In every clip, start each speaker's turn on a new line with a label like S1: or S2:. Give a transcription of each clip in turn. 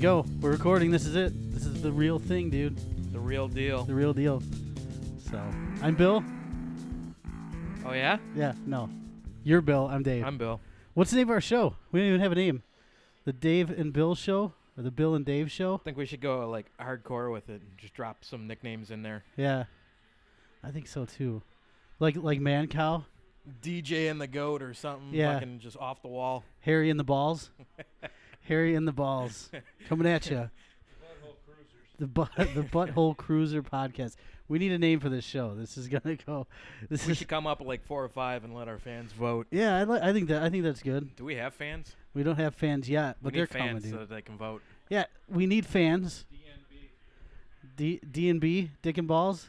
S1: go. We're recording. This is it. This is the real thing, dude.
S2: The real deal.
S1: The real deal. So, I'm Bill.
S2: Oh yeah,
S1: Yeah, no. You're Bill. I'm Dave.
S2: I'm Bill.
S1: What's the name of our show? We don't even have a name. The Dave and Bill Show? Or the Bill and Dave Show?
S2: I think we should go like hardcore with it. and Just drop some nicknames in there.
S1: Yeah. I think so, too. Like, like Man Cow?
S2: DJ and the Goat or something.
S1: Yeah.
S2: Fucking just off the wall.
S1: Harry and the Balls? Harry and the Balls. Coming at you. The, bu- the Butthole Cruiser Podcast. We need a name for this show. This is going to go. This
S2: We
S1: is
S2: should come up with like four or five and let our fans vote.
S1: Yeah, I, li- I think that I think that's good.
S2: Do we have fans?
S1: We don't have fans yet,
S2: We
S1: but
S2: need
S1: they're
S2: fans uh,
S1: coming, dude.
S2: so that they can vote.
S1: yeah, we need fans. D D and B, Dick and Balls.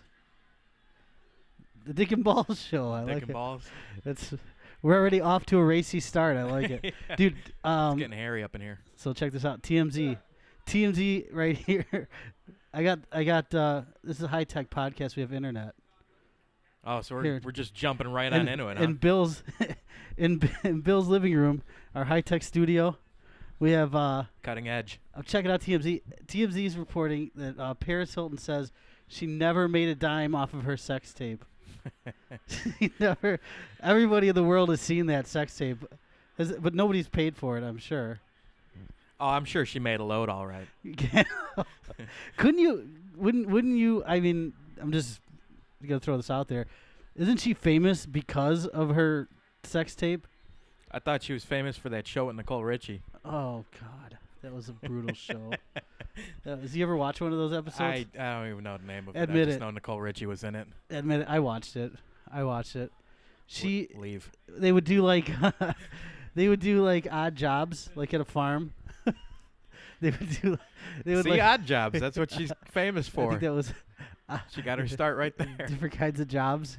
S1: The Dick and Balls show. I
S2: Dick
S1: like
S2: and
S1: it.
S2: balls.
S1: That's we're already off to a racy start. I like it, dude.
S2: It's
S1: Um,
S2: getting hairy up in here.
S1: so check this out. TMZ, TMZ right here. I got I got. Uh, this is a high tech podcast. We have internet.
S2: Oh, so we're,
S1: here.
S2: we're just jumping right on
S1: and,
S2: into it, huh?
S1: in Bill's in, B- in Bill's living room, our high tech studio. We have. Uh,
S2: Cutting edge.
S1: I'm checking out TMZ. TMZ is reporting that uh, Paris Hilton says she never made a dime off of her sex tape. she never. Everybody in the world has seen that sex tape, Has it- but nobody's paid for it. I'm sure.
S2: Oh, I'm sure she made a load all right.
S1: Couldn't you? Wouldn't? Wouldn't you? I mean, I'm just gonna throw this out there. Isn't she famous because of her sex tape?
S2: I thought she was famous for that show with Nicole Richie.
S1: Oh God, that was a brutal show. Uh, did you ever watch one of those episodes?
S2: I, I don't even know the name of it. I
S1: Admit
S2: just
S1: it.
S2: know Nicole Richie was in it.
S1: admit it, I watched it. I watched it. She
S2: Le- leave.
S1: they would do like they would do like odd jobs like at a farm. they would do they would
S2: See,
S1: like
S2: odd jobs. That's what she's famous
S1: I
S2: for.
S1: think that was
S2: She got her start right there.
S1: different kinds of jobs.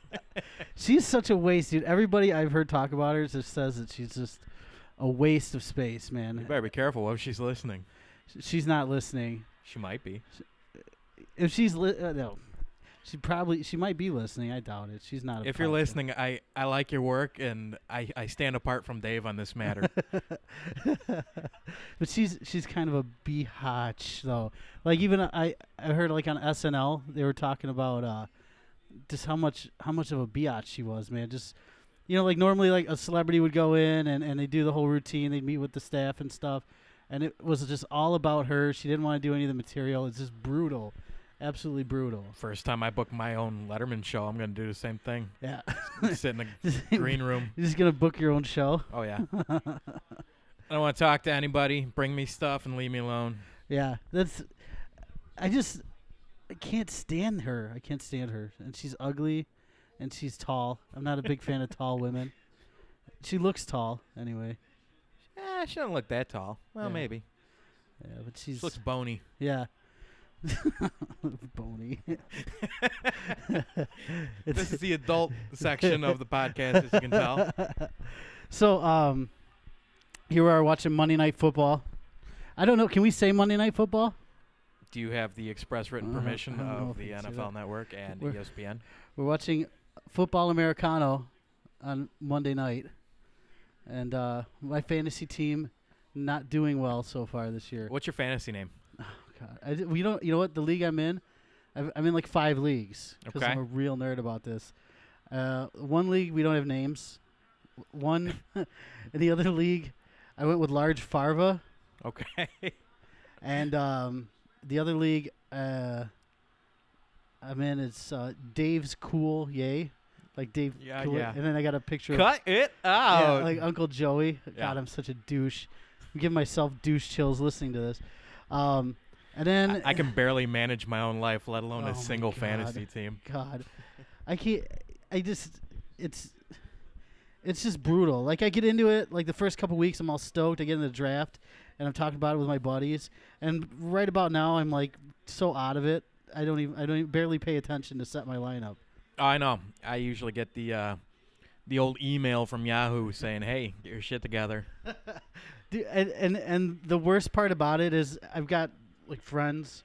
S1: she's such a waste, dude. Everybody I've heard talk about her just says that she's just a waste of space,
S2: You
S1: man.
S2: better be careful. What if she's listening?
S1: She's not listening.
S2: She might be.
S1: If she's li- uh, no, she probably she might be listening. I doubt it. She's not. A
S2: If you're
S1: podcast.
S2: listening, I, I like your work and I, I stand apart from Dave on this matter.
S1: but she's she's kind of a biatch though. Like even I I heard like on SNL they were talking about uh just how much how much of a biatch she was, man. Just you know, like normally like a celebrity would go in and and they do the whole routine, they'd meet with the staff and stuff, and it was just all about her. She didn't want to do any of the material. It's just brutal, absolutely brutal.
S2: First time I book my own Letterman show, I'm going to do the same thing.
S1: Yeah,
S2: Sit in the green room.
S1: you're just gonna book your own show.
S2: Oh, yeah. I don't want to talk to anybody. Bring me stuff and leave me alone.
S1: Yeah, that's. I just, I can't stand her. I can't stand her, and she's ugly, and she's tall. I'm not a big fan of tall women. She looks tall anyway.
S2: Eh, she doesn't look that tall. Well,
S1: Yeah.
S2: maybe.
S1: Yeah, but
S2: She
S1: she's
S2: looks bony.
S1: yeah. Bony.
S2: This is the adult section of the podcast, as you can tell.
S1: so um, here we are watching Monday Night Football. I don't know. Can we say Monday Night Football?
S2: Do you have the express written
S1: Uh, I
S2: permission
S1: don't know
S2: of
S1: if
S2: the
S1: I can say
S2: NFL Network and E
S1: We're-
S2: ESPN?
S1: We're watching football americano on Monday night, and uh, my fantasy team not doing well so far this year.
S2: What's your fantasy name?
S1: God. I, di- we don't, you know what? The league I'm in, I've, I'm in like five leagues because
S2: Okay.
S1: I'm a real nerd about this. Uh, one league we don't have names. W- One, in the other league, I went with large Farva,
S2: Okay.
S1: and um, the other league uh, I'm in it's uh, Dave's Cool Yay, like Dave.
S2: Yeah,
S1: Cool-
S2: yeah.
S1: And then I got a picture. of
S2: Cut it
S1: Yeah,
S2: out.
S1: like Uncle Joey.
S2: Yeah.
S1: God, I'm such a douche. I'm giving myself douche chills listening to this. Um, and then
S2: I, I can barely manage my own life, let alone
S1: Oh my
S2: a single
S1: God.
S2: fantasy team.
S1: God, I can't. I just it's it's just brutal. Like I get into it. Like the first couple weeks, I'm all stoked. I get in the draft, and I'm talking about it with my buddies. And right about now, I'm like so out of it. I don't even. I don't even barely pay attention to set my lineup.
S2: Oh, I know. I usually get the uh, the old email from Yahoo saying, "Hey, get your shit together."
S1: Dude, and, and and the worst part about it is I've got like friends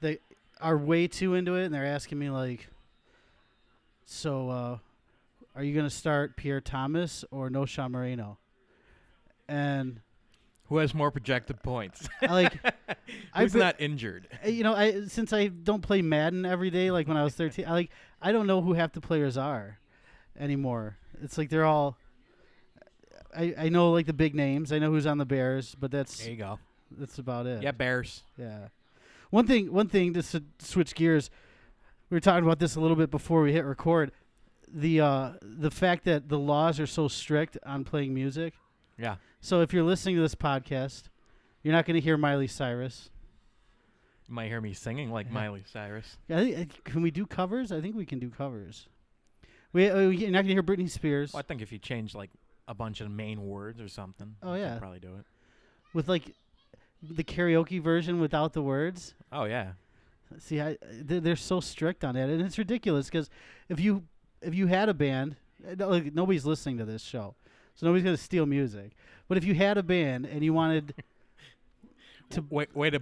S1: that are way too into it, and they're asking me like, "So, uh, are you gonna start Pierre Thomas or No Moreno?" And
S2: Who has more projected points?
S1: I like I
S2: Who's
S1: bet-
S2: not injured?
S1: I- you know, I since I don't play Madden every day like when I was 13, I like I don't know who half the players are anymore. It's like they're all I I know like the big names. I know who's on the Bears, but that's
S2: There you go.
S1: that's about it.
S2: Yeah, Bears.
S1: Yeah. One thing one thing just to switch gears. We were talking about this a little bit before we hit record. The uh the fact that the laws are so strict on playing music.
S2: Yeah.
S1: So if you're listening to this podcast, you're not going to hear Miley Cyrus.
S2: You might hear me singing like Miley Cyrus.
S1: I think, I- can we do covers? I think we can do covers. We uh, you're not gonna hear Britney Spears
S2: Well, I think if you change like a bunch of main words or something,
S1: Oh,
S2: you could
S1: yeah.
S2: probably do it.
S1: with like the karaoke version without the words.
S2: Oh yeah,
S1: See, I, they're, they're so strict on it, and it's ridiculous because if you if you had a band, uh, no- like, nobody's listening to this show, so nobody's gonna steal music. But if you had a band and you wanted,
S2: to way, way to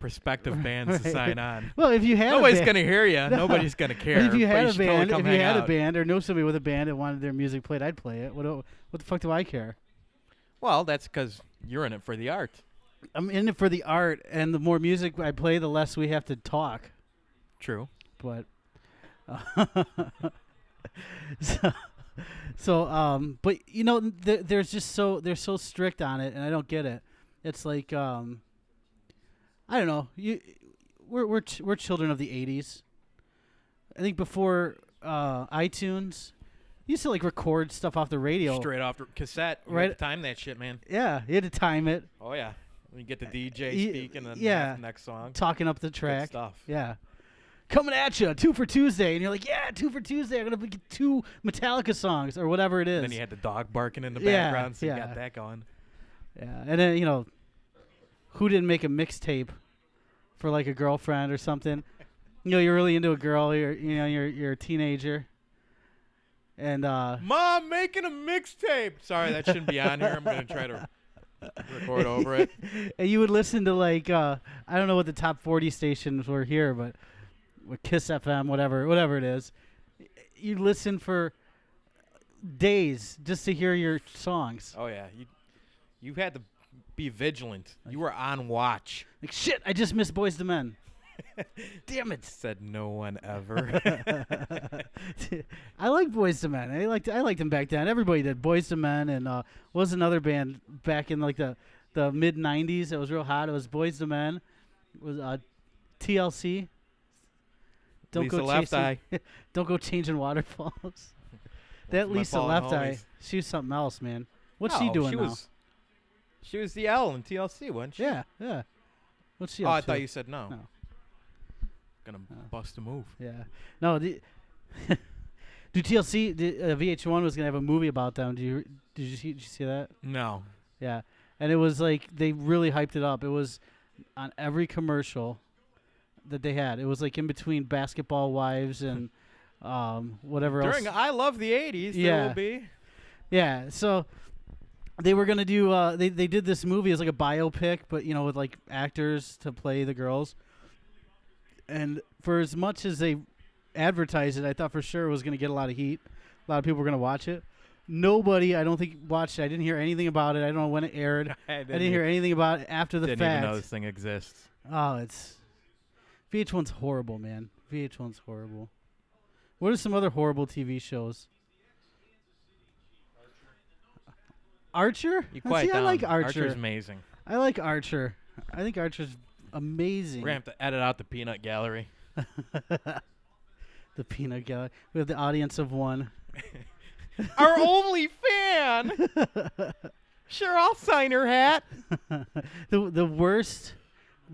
S2: prospective bands to
S1: Right.
S2: sign on.
S1: well, if you had
S2: Nobody's
S1: a band,
S2: gonna hear you.
S1: No.
S2: Nobody's gonna
S1: but
S2: care.
S1: if you
S2: but
S1: had a
S2: should probably
S1: band, if
S2: come
S1: you
S2: hang
S1: had a
S2: out.
S1: band or knew somebody with a band that wanted their music played, I'd play it. What do, what the fuck do I care?
S2: well, that's because you're in it for the art.
S1: I'm in it for the art, and the more music I play, the less we have to talk.
S2: True.
S1: But uh, so, so um, but you know, th- there's just so they're so strict on it, and I don't get it. It's like um, I don't know. You, we're we're ch- we're children of the '80s. I think before uh, iTunes, you used to like record stuff off the radio.
S2: Straight off the cassette. You
S1: Right-
S2: had to time that shit, man.
S1: Yeah, you had to time it,
S2: Oh yeah. You get the DJ
S1: Uh, y-
S2: speaking and then
S1: yeah.
S2: have the next song.
S1: talking up the
S2: Good
S1: track.
S2: stuff.
S1: Yeah. Coming at you, two for Tuesday, and you're like, yeah, two for Tuesday. I'm gonna be- get two Metallica songs or whatever it is.
S2: And then you had the dog barking in the
S1: Yeah,
S2: background, so you
S1: yeah.
S2: got that going.
S1: yeah, and then you know, who didn't make a mixtape for like a girlfriend or something? You know, you're really into a girl. You're you know you're you're a teenager, and uh,
S2: Mom making a mixtape. Sorry, that shouldn't be on here. I'm gonna try to record over it.
S1: and you would listen to like uh, I don't know what the top forty stations were here, but with Kiss FM, whatever, whatever it is, you listen for days just to hear your songs.
S2: Oh yeah, you you had to be vigilant. You were on watch.
S1: Like shit, I just missed Boys to Men. Damn it!
S2: Said no one ever.
S1: I like Boys to Men. I liked I liked them back then. Everybody did Boys to Men, and uh, what was another band back in like the the mid '90s that was real hot. It was Boys to Men. It was uh, TLC.
S2: Lisa Left Eye.
S1: Don't go changing waterfalls. that
S2: my
S1: Lisa
S2: fallen
S1: Left Eye,
S2: homies.
S1: she was something else, man. What's she
S2: No,
S1: doing
S2: she
S1: now?
S2: Was, she was the L in TLC, wasn't she?
S1: yeah, yeah. What's she?
S2: oh,
S1: up
S2: I
S1: to?
S2: thought you said no.
S1: No.
S2: Gonna bust a move.
S1: Yeah. No. The, do TLC? The, uh, VH1 was gonna have a movie about them. Do you did you see, did you see that?
S2: No.
S1: Yeah. And it was like they really hyped it up. It was on every commercial that they had. It was like in between Basketball Wives and um, whatever
S2: During
S1: else.
S2: I Love the 80s, there
S1: Yeah.
S2: will be.
S1: yeah. So they were gonna do. Uh, they they did this movie as like a biopic, but you know with like actors to play the girls. And for as much as they advertised it, I thought for sure it was gonna get a lot of heat. A lot of people were gonna watch it. Nobody, I don't think, watched it. I didn't hear anything about it. I don't know when it aired.
S2: I
S1: I didn't hear anything about it after the
S2: didn't
S1: fact.
S2: even know this thing exists.
S1: Oh, it's VH1's horrible, man. VH1's horrible. What are some other horrible TV shows? Archer?
S2: You
S1: Uh,
S2: quiet
S1: See,
S2: down.
S1: I like Archer.
S2: Archer's amazing.
S1: I like Archer. I think Archer's amazing.
S2: We're gonna have to edit out the peanut gallery.
S1: The peanut gallery. We have the audience of one.
S2: Our only fan. Sure, I'll sign her hat.
S1: the the worst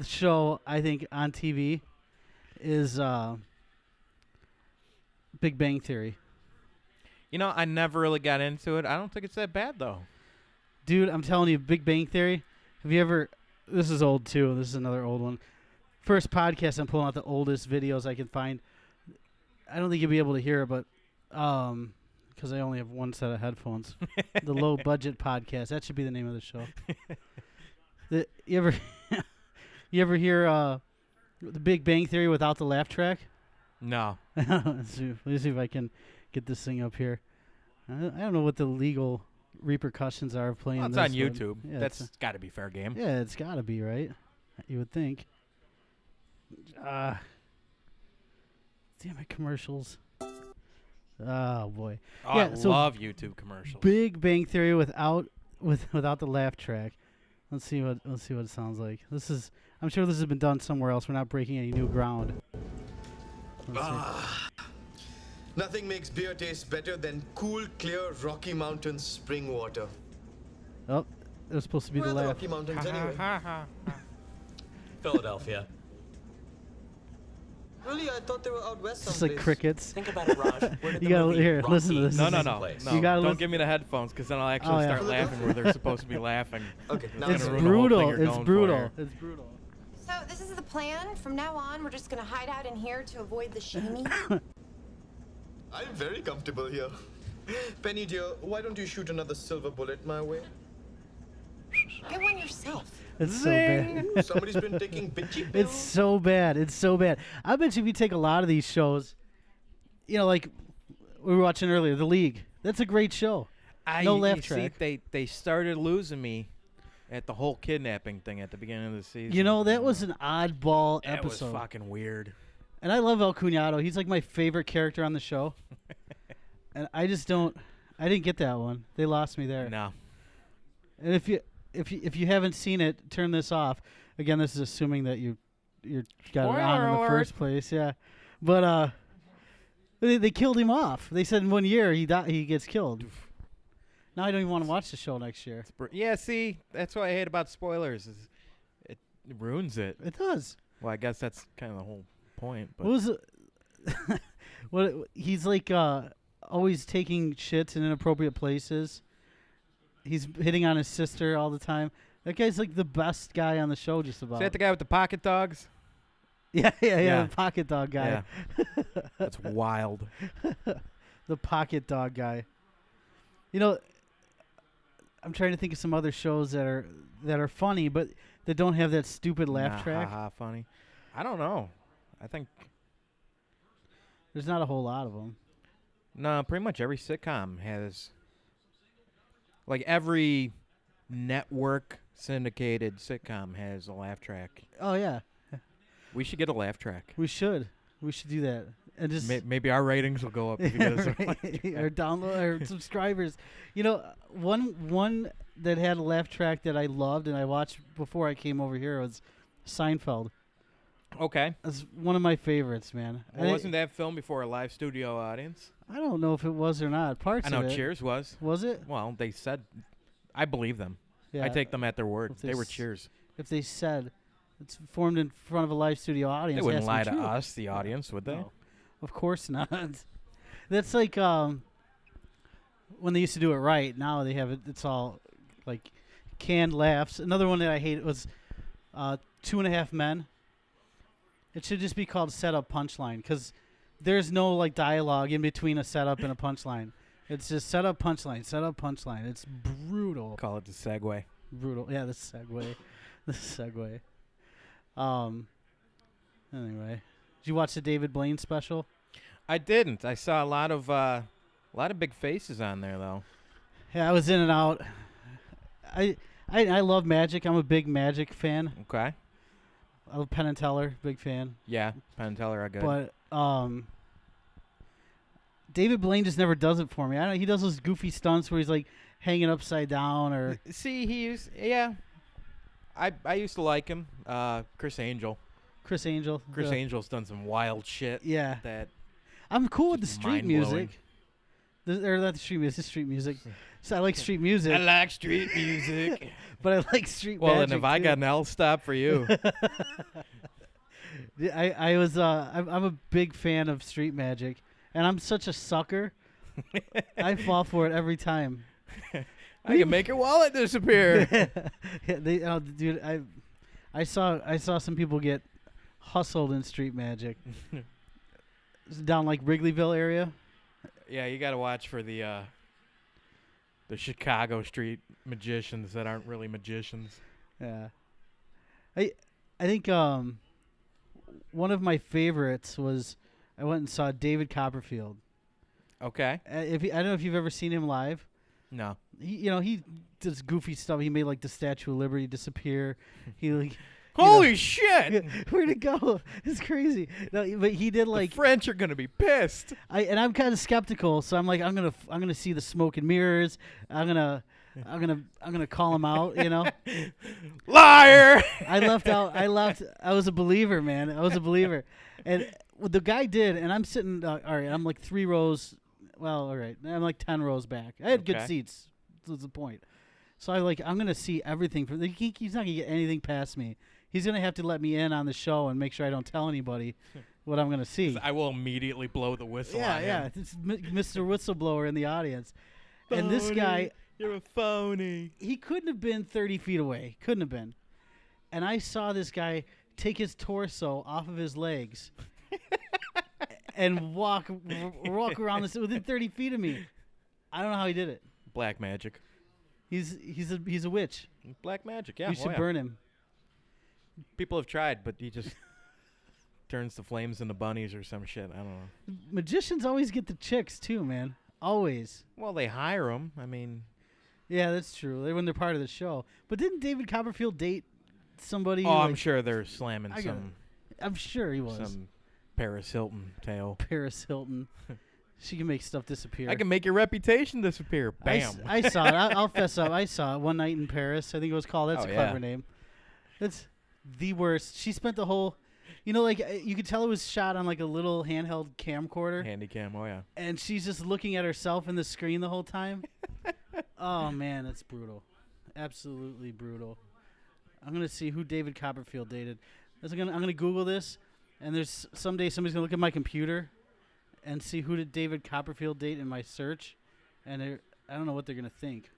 S1: show I think on TV is uh, Big Bang Theory.
S2: You know, I never really got into it. I don't think it's that bad though.
S1: dude i'm telling you big bang theory have you ever this is old too this is another old one first podcast i'm pulling out the oldest videos i can find i don't think you'll be able to hear it but um because i only have one set of headphones the low budget podcast that should be the name of the show the, you ever you ever hear uh the big bang theory without the laugh track
S2: No.
S1: Let's see, let me see if I can get this thing up here. I, I don't know what the legal repercussions are of playing
S2: Well, it's
S1: this
S2: on
S1: one.
S2: YouTube.
S1: Yeah, it's
S2: That's got to be fair game.
S1: Yeah, it's got to be right. You would think. Uh, damn it, commercials. Oh boy,
S2: Oh, I
S1: Yeah, so-
S2: love YouTube commercials.
S1: Big Bang Theory without with without the laugh track. Let's see what let's see what it sounds like. This is I'm sure this has been done somewhere else. We're not breaking any new ground. Let's see.
S3: Ah. Nothing makes beer taste better than cool, clear Rocky Mountain spring water.
S1: Oh, it was supposed to be
S3: Where
S1: the
S3: are the
S1: laugh.
S3: Rocky Mountains anyway?
S4: Philadelphia.
S3: Really, I thought they were out west
S1: It's just like crickets.
S4: Think about it, Raj. Where did
S1: You
S4: the
S1: gotta
S4: movie
S1: here. Listen to
S4: Rocky
S1: this.
S2: No,
S1: This
S2: no,
S1: is-
S2: no,
S4: place?
S2: no.
S1: You gotta
S2: Don't
S1: lis-
S2: give me the headphones because then I'll actually
S1: Oh, yeah.
S2: start laughing where they're supposed to be laughing.
S3: Okay, now
S1: It's
S2: gonna ruin the whole thing
S1: brutal.
S2: you're
S1: It's
S2: going for
S1: brutal.
S2: here.
S1: It's brutal.
S5: So this is the plan. From now on, we're just gonna hide out in here to avoid the shamey.
S3: I'm very comfortable here. Penny dear, why don't you shoot another silver bullet my way?
S5: Get one yourself.
S1: It's so bad.
S3: Somebody's been taking bitchy
S1: It's
S3: pills.
S1: so bad. It's so bad. I bet you if you take a lot of these shows, you know, like we were watching earlier, The League. That's a great show.
S2: I,
S1: No
S2: you
S1: laugh
S2: see,
S1: track.
S2: they they started losing me at the whole kidnapping thing at the beginning of the season.
S1: You know, that was an oddball
S2: that was
S1: episode.
S2: fucking weird.
S1: And I love El Cunado. He's like my favorite character on the show. and I just don't I didn't get that one. They lost me there.
S2: No,
S1: And if you if you if you haven't seen it, turn this off. Again, this is assuming that you you got it on in
S2: Spoiler
S1: the
S2: alert.
S1: first place, yeah. But uh they, they killed him off. They said in one year he di- he gets killed. Now I don't even want to watch the show next year.
S2: Br- yeah. See, that's what I hate about spoilers. Is it ruins it.
S1: It does.
S2: Well, I guess that's kind of the whole point. But
S1: What was it? what it- he's like uh always taking shits in inappropriate places. He's hitting on his sister all the time. That guy's like the best guy on the show just about.
S2: is that the guy with the pocket dogs?
S1: Yeah, yeah, yeah,
S2: Yeah.
S1: the pocket dog guy.
S2: Yeah. that's wild.
S1: the pocket dog guy. You know, I'm trying to think of some other shows that are that are funny, but that don't have that stupid laugh
S2: Nah,
S1: track.
S2: Ha, ha, funny. I don't know. I think
S1: There's not a whole lot of them.
S2: No, pretty much every sitcom has like every network syndicated sitcom has a laugh track.
S1: Oh yeah,
S2: We should get a laugh track.
S1: we should we should do that and just
S2: May- maybe our ratings will go up if you get us a laugh track.
S1: or download or subscribers. You know, one one that had a laugh track that I loved and I watched before I came over here was Seinfeld.
S2: Okay.
S1: That's one of my favorites, man.
S2: Well,
S1: I,
S2: wasn't that filmed before a live studio audience?
S1: I don't know if it was or not. Parts
S2: I know
S1: of it
S2: Cheers was.
S1: was it.
S2: Well, they said I believe them.
S1: Yeah.
S2: I take them at their word.
S1: If they
S2: They were
S1: s-
S2: Cheers.
S1: if they said it's formed in front of a live studio audience. it
S2: They wouldn't lie
S1: has
S2: to
S1: be true.
S2: us, the audience, would they?
S1: No. Of course not. That's like um, when they used to do it right. Now they have it. It's all like canned laughs. Another one that I hated was uh, Two and a Half Men. It should just be called Setup Punchline because there's no like dialogue in between a setup and a punchline. It's just setup punchline, setup punchline. It's brutal.
S2: Call it the segue.
S1: Brutal. Yeah, the segue. the segue. Um. Anyway, did you watch the David Blaine special?
S2: I didn't. I saw a lot of uh, a lot of big faces on there though.
S1: Yeah, I was in and out. I I I love Magic. I'm a big Magic fan.
S2: Okay.
S1: I love Penn and Teller, big fan.
S2: Yeah, Penn and Teller are good.
S1: But um, David Blaine just never does it for me. I don't. He does those goofy stunts where he's like hanging upside down or
S2: See, he used yeah. I I used to like him. Uh, Chris Angel.
S1: Chris Angel.
S2: Chris
S1: the-
S2: Angel's done some wild shit.
S1: Yeah,
S2: That
S1: I'm cool with the
S2: Just
S1: street
S2: mind-blowing.
S1: music. The, or not the street music, street music. So I like street music.
S2: I like street music.
S1: but I like street.
S2: well,
S1: magic
S2: then if I
S1: too.
S2: got an L stop for you,
S1: Yeah, I I was uh, I'm, I'm a big fan of street magic, and I'm such a sucker. I fall for it every time.
S2: I can make your wallet disappear.
S1: Yeah, they, oh, dude, I, I saw I saw some people get hustled in street magic. It's down like Wrigleyville area.
S2: yeah, you got to watch for the uh, the Chicago street magicians that aren't really magicians.
S1: Yeah. I I think um one of my favorites was I went and saw David Copperfield.
S2: Okay.
S1: Uh, If you, I don't know if you've ever seen him live,
S2: No.
S1: He, you know, he does goofy stuff. He made like the Statue of Liberty disappear. He like, you know,
S2: Holy shit!
S1: where'd it go? It's crazy. No, but he did like
S2: the French are gonna be pissed.
S1: I and I'm kind of skeptical, so I'm like, I'm gonna f- I'm gonna see the smoke and mirrors. I'm gonna I'm gonna I'm gonna call him out. You know,
S2: Liar!
S1: I left out. I left. I was a believer, man. I was a believer, and what the guy did. And I'm sitting. Uh, all right, I'm like three rows. Well, all right, I'm like ten rows back. I had good
S2: Okay.
S1: seats. That's the point. So I like I'm gonna see everything from. Like, he, he's not gonna get anything past me. He's gonna have to let me in on the show and make sure I don't tell anybody what I'm gonna see.
S2: I will immediately blow the whistle.
S1: Yeah,
S2: on
S1: yeah.
S2: him.
S1: It's Mi- Mr. Whistleblower in the audience. And this guy,
S2: Phony. you're a phony.
S1: he couldn't have been 30 feet away. Couldn't have been. And I saw this guy take his torso off of his legs and walk w- walk around this within 30 feet of me. I don't know how he did it.
S2: Black magic.
S1: He's he's a he's a witch.
S2: Black magic. Yeah.
S1: you
S2: oh
S1: should
S2: yeah.
S1: burn him.
S2: People have tried, but he just turns the flames into bunnies or some shit. I don't know.
S1: Magicians always get the chicks too, man. Always.
S2: Well, they hire him. I mean,
S1: Yeah, that's true. They when they're part of the show. But didn't David Copperfield date somebody?
S2: oh, I'm
S1: like-
S2: sure they're slamming
S1: I got
S2: some
S1: I'm sure he was.
S2: some Paris Hilton tale.
S1: Paris Hilton. She can make stuff disappear.
S2: I can make your reputation disappear.
S1: I
S2: Bam.
S1: s- I, saw it. I, I'll fess up. I saw it one night in Paris. I think it was called. That's
S2: Oh,
S1: a
S2: yeah.
S1: clever name. That's the worst. She spent the whole, you know, like uh, you could tell it was shot on like a little handheld camcorder,
S2: Handy cam. Oh yeah.
S1: and she's just looking at herself in the screen the whole time. oh man, that's brutal. Absolutely brutal. I'm gonna see who David Copperfield dated. That's gonna, I'm gonna Google this, and there's someday somebody's gonna look at my computer, and see who did David Copperfield date in my search, and they're- I don't know what they're gonna think.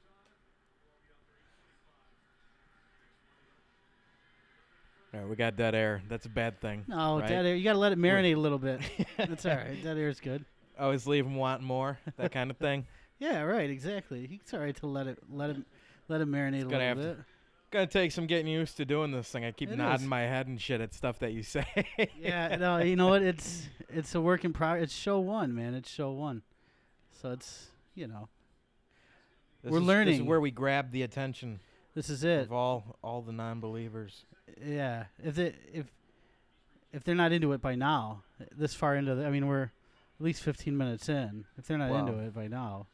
S2: All right, we got dead air. That's a bad thing.
S1: No,
S2: right?
S1: dead air. You gotta let it marinate a little bit. That's all right. Dead air is good.
S2: Always leave him wanting more. That kind of thing.
S1: Yeah, right. Exactly. It's all right to let it let it let it marinate a
S2: gonna
S1: little
S2: have
S1: bit.
S2: to- Gonna take some getting used to doing this thing. I keep
S1: It
S2: nodding
S1: is.
S2: my head and shit at stuff that you say.
S1: yeah, no, you know what? It's it's a work in progress. It's show one, man. It's show one. So it's you know
S2: This
S1: We're
S2: is- This
S1: learning.
S2: is where we grab the attention
S1: this is it.
S2: of all all the non-believers.
S1: Yeah, if they if if they're not into it by now, this far into the, I mean we're at least 15 minutes in. If they're not into
S2: Wow.
S1: it by now,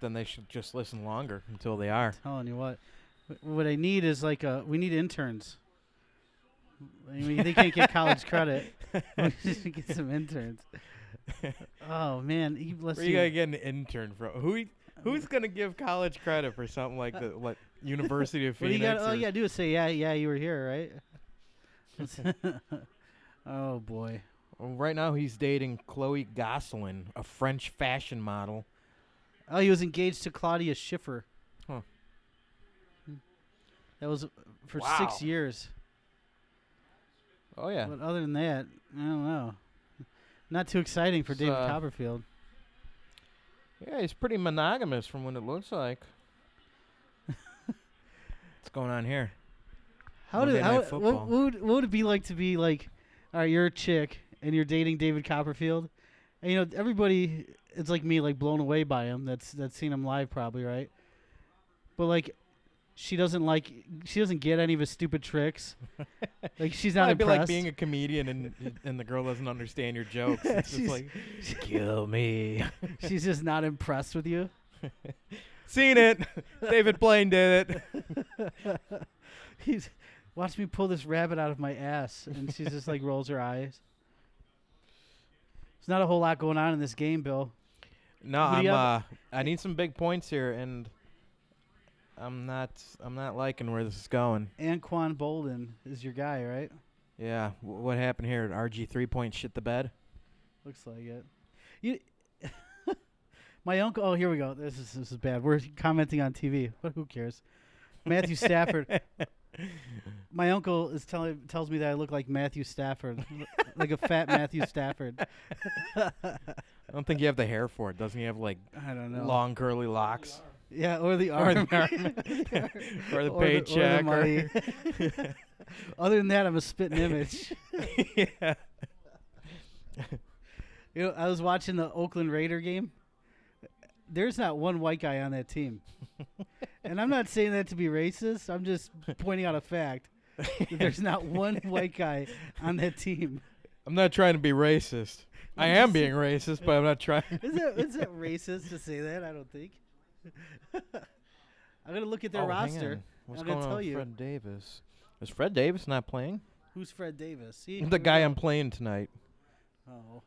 S2: Then they should just listen longer until they are.
S1: telling you what, wh- what I need is like a we need interns. I mean, they can't get college credit. We just need to get some interns. Oh man, you- let's
S2: Where you gonna
S1: see.
S2: get an intern from? Who? y- Who's gonna give college credit for something like the what University of
S1: What do you
S2: Phoenix?
S1: got? All
S2: or-
S1: you gotta do is say, "Yeah, yeah, you were here, right?" oh boy,
S2: Well, Right now, he's dating Chloe Gosselin, a French fashion model.
S1: oh, he was engaged to Claudia Schiffer. Hmm.
S2: Huh.
S1: That was uh, for
S2: Wow.
S1: six years.
S2: Oh yeah,
S1: But other than that, I don't know. Not too exciting for
S2: It's,
S1: David
S2: uh,
S1: Copperfield.
S2: yeah, he's pretty monogamous from what it looks like. What's going on here?
S1: How
S2: Monday
S1: did how
S2: Night
S1: what,
S2: Football.
S1: what would what would it be like to be like, all right, you're a chick and you're dating David Copperfield, and you know everybody it's like me like blown away by him. That's that's seen him live probably right, but like, she doesn't like she doesn't get any of his stupid tricks. like she's not
S2: That'd be
S1: impressed.
S2: like being a comedian and and the girl doesn't understand your jokes. It's just
S1: She's-
S2: like, kill me.
S1: she's just not impressed with you.
S2: Seen it. David Blaine did it.
S1: He's watch me pull this rabbit out of my ass, and she's just like rolls her eyes. There's not a whole lot going on in this game, Bill.
S2: No,
S1: What do
S2: I'm.
S1: you
S2: Uh, I need some big points here, and I'm not. I'm not liking where this is going.
S1: Anquan Bolden is your guy, right?
S2: Yeah, wh- what happened here? Did RG three point shit the bed.
S1: Looks like it. You, my uncle. Oh, here we go. This is this is bad. We're commenting on TV, but who cares? Matthew Stafford. My uncle is telling tells me that I look like Matthew Stafford, like a fat Matthew Stafford.
S2: I don't think you have the hair for it. Doesn't he have like
S1: I don't know.
S2: long curly locks
S1: Yeah, or the
S2: or
S1: arm.
S2: the, or the
S1: Or the- or the
S2: paycheck? or-
S1: money. Other than that, I'm a spitting image.
S2: yeah.
S1: You know, I was watching the Oakland Raider game. there's not one white guy on that team. and I'm not saying that to be racist. I'm just pointing out a fact. that there's not one white guy on that team.
S2: I'm not trying to be racist. I am being racist, but I'm not trying.
S1: Is that is that racist to say that? I don't think. I'm gonna look at their
S2: Oh, hang
S1: roster.
S2: on. What's
S1: I'm
S2: going
S1: gonna
S2: on
S1: tell
S2: with
S1: you
S2: Fred Davis? Is Fred Davis not playing?
S1: who's Fred Davis. See
S2: The
S1: here we
S2: guy
S1: go.
S2: I'm playing tonight.
S1: Oh.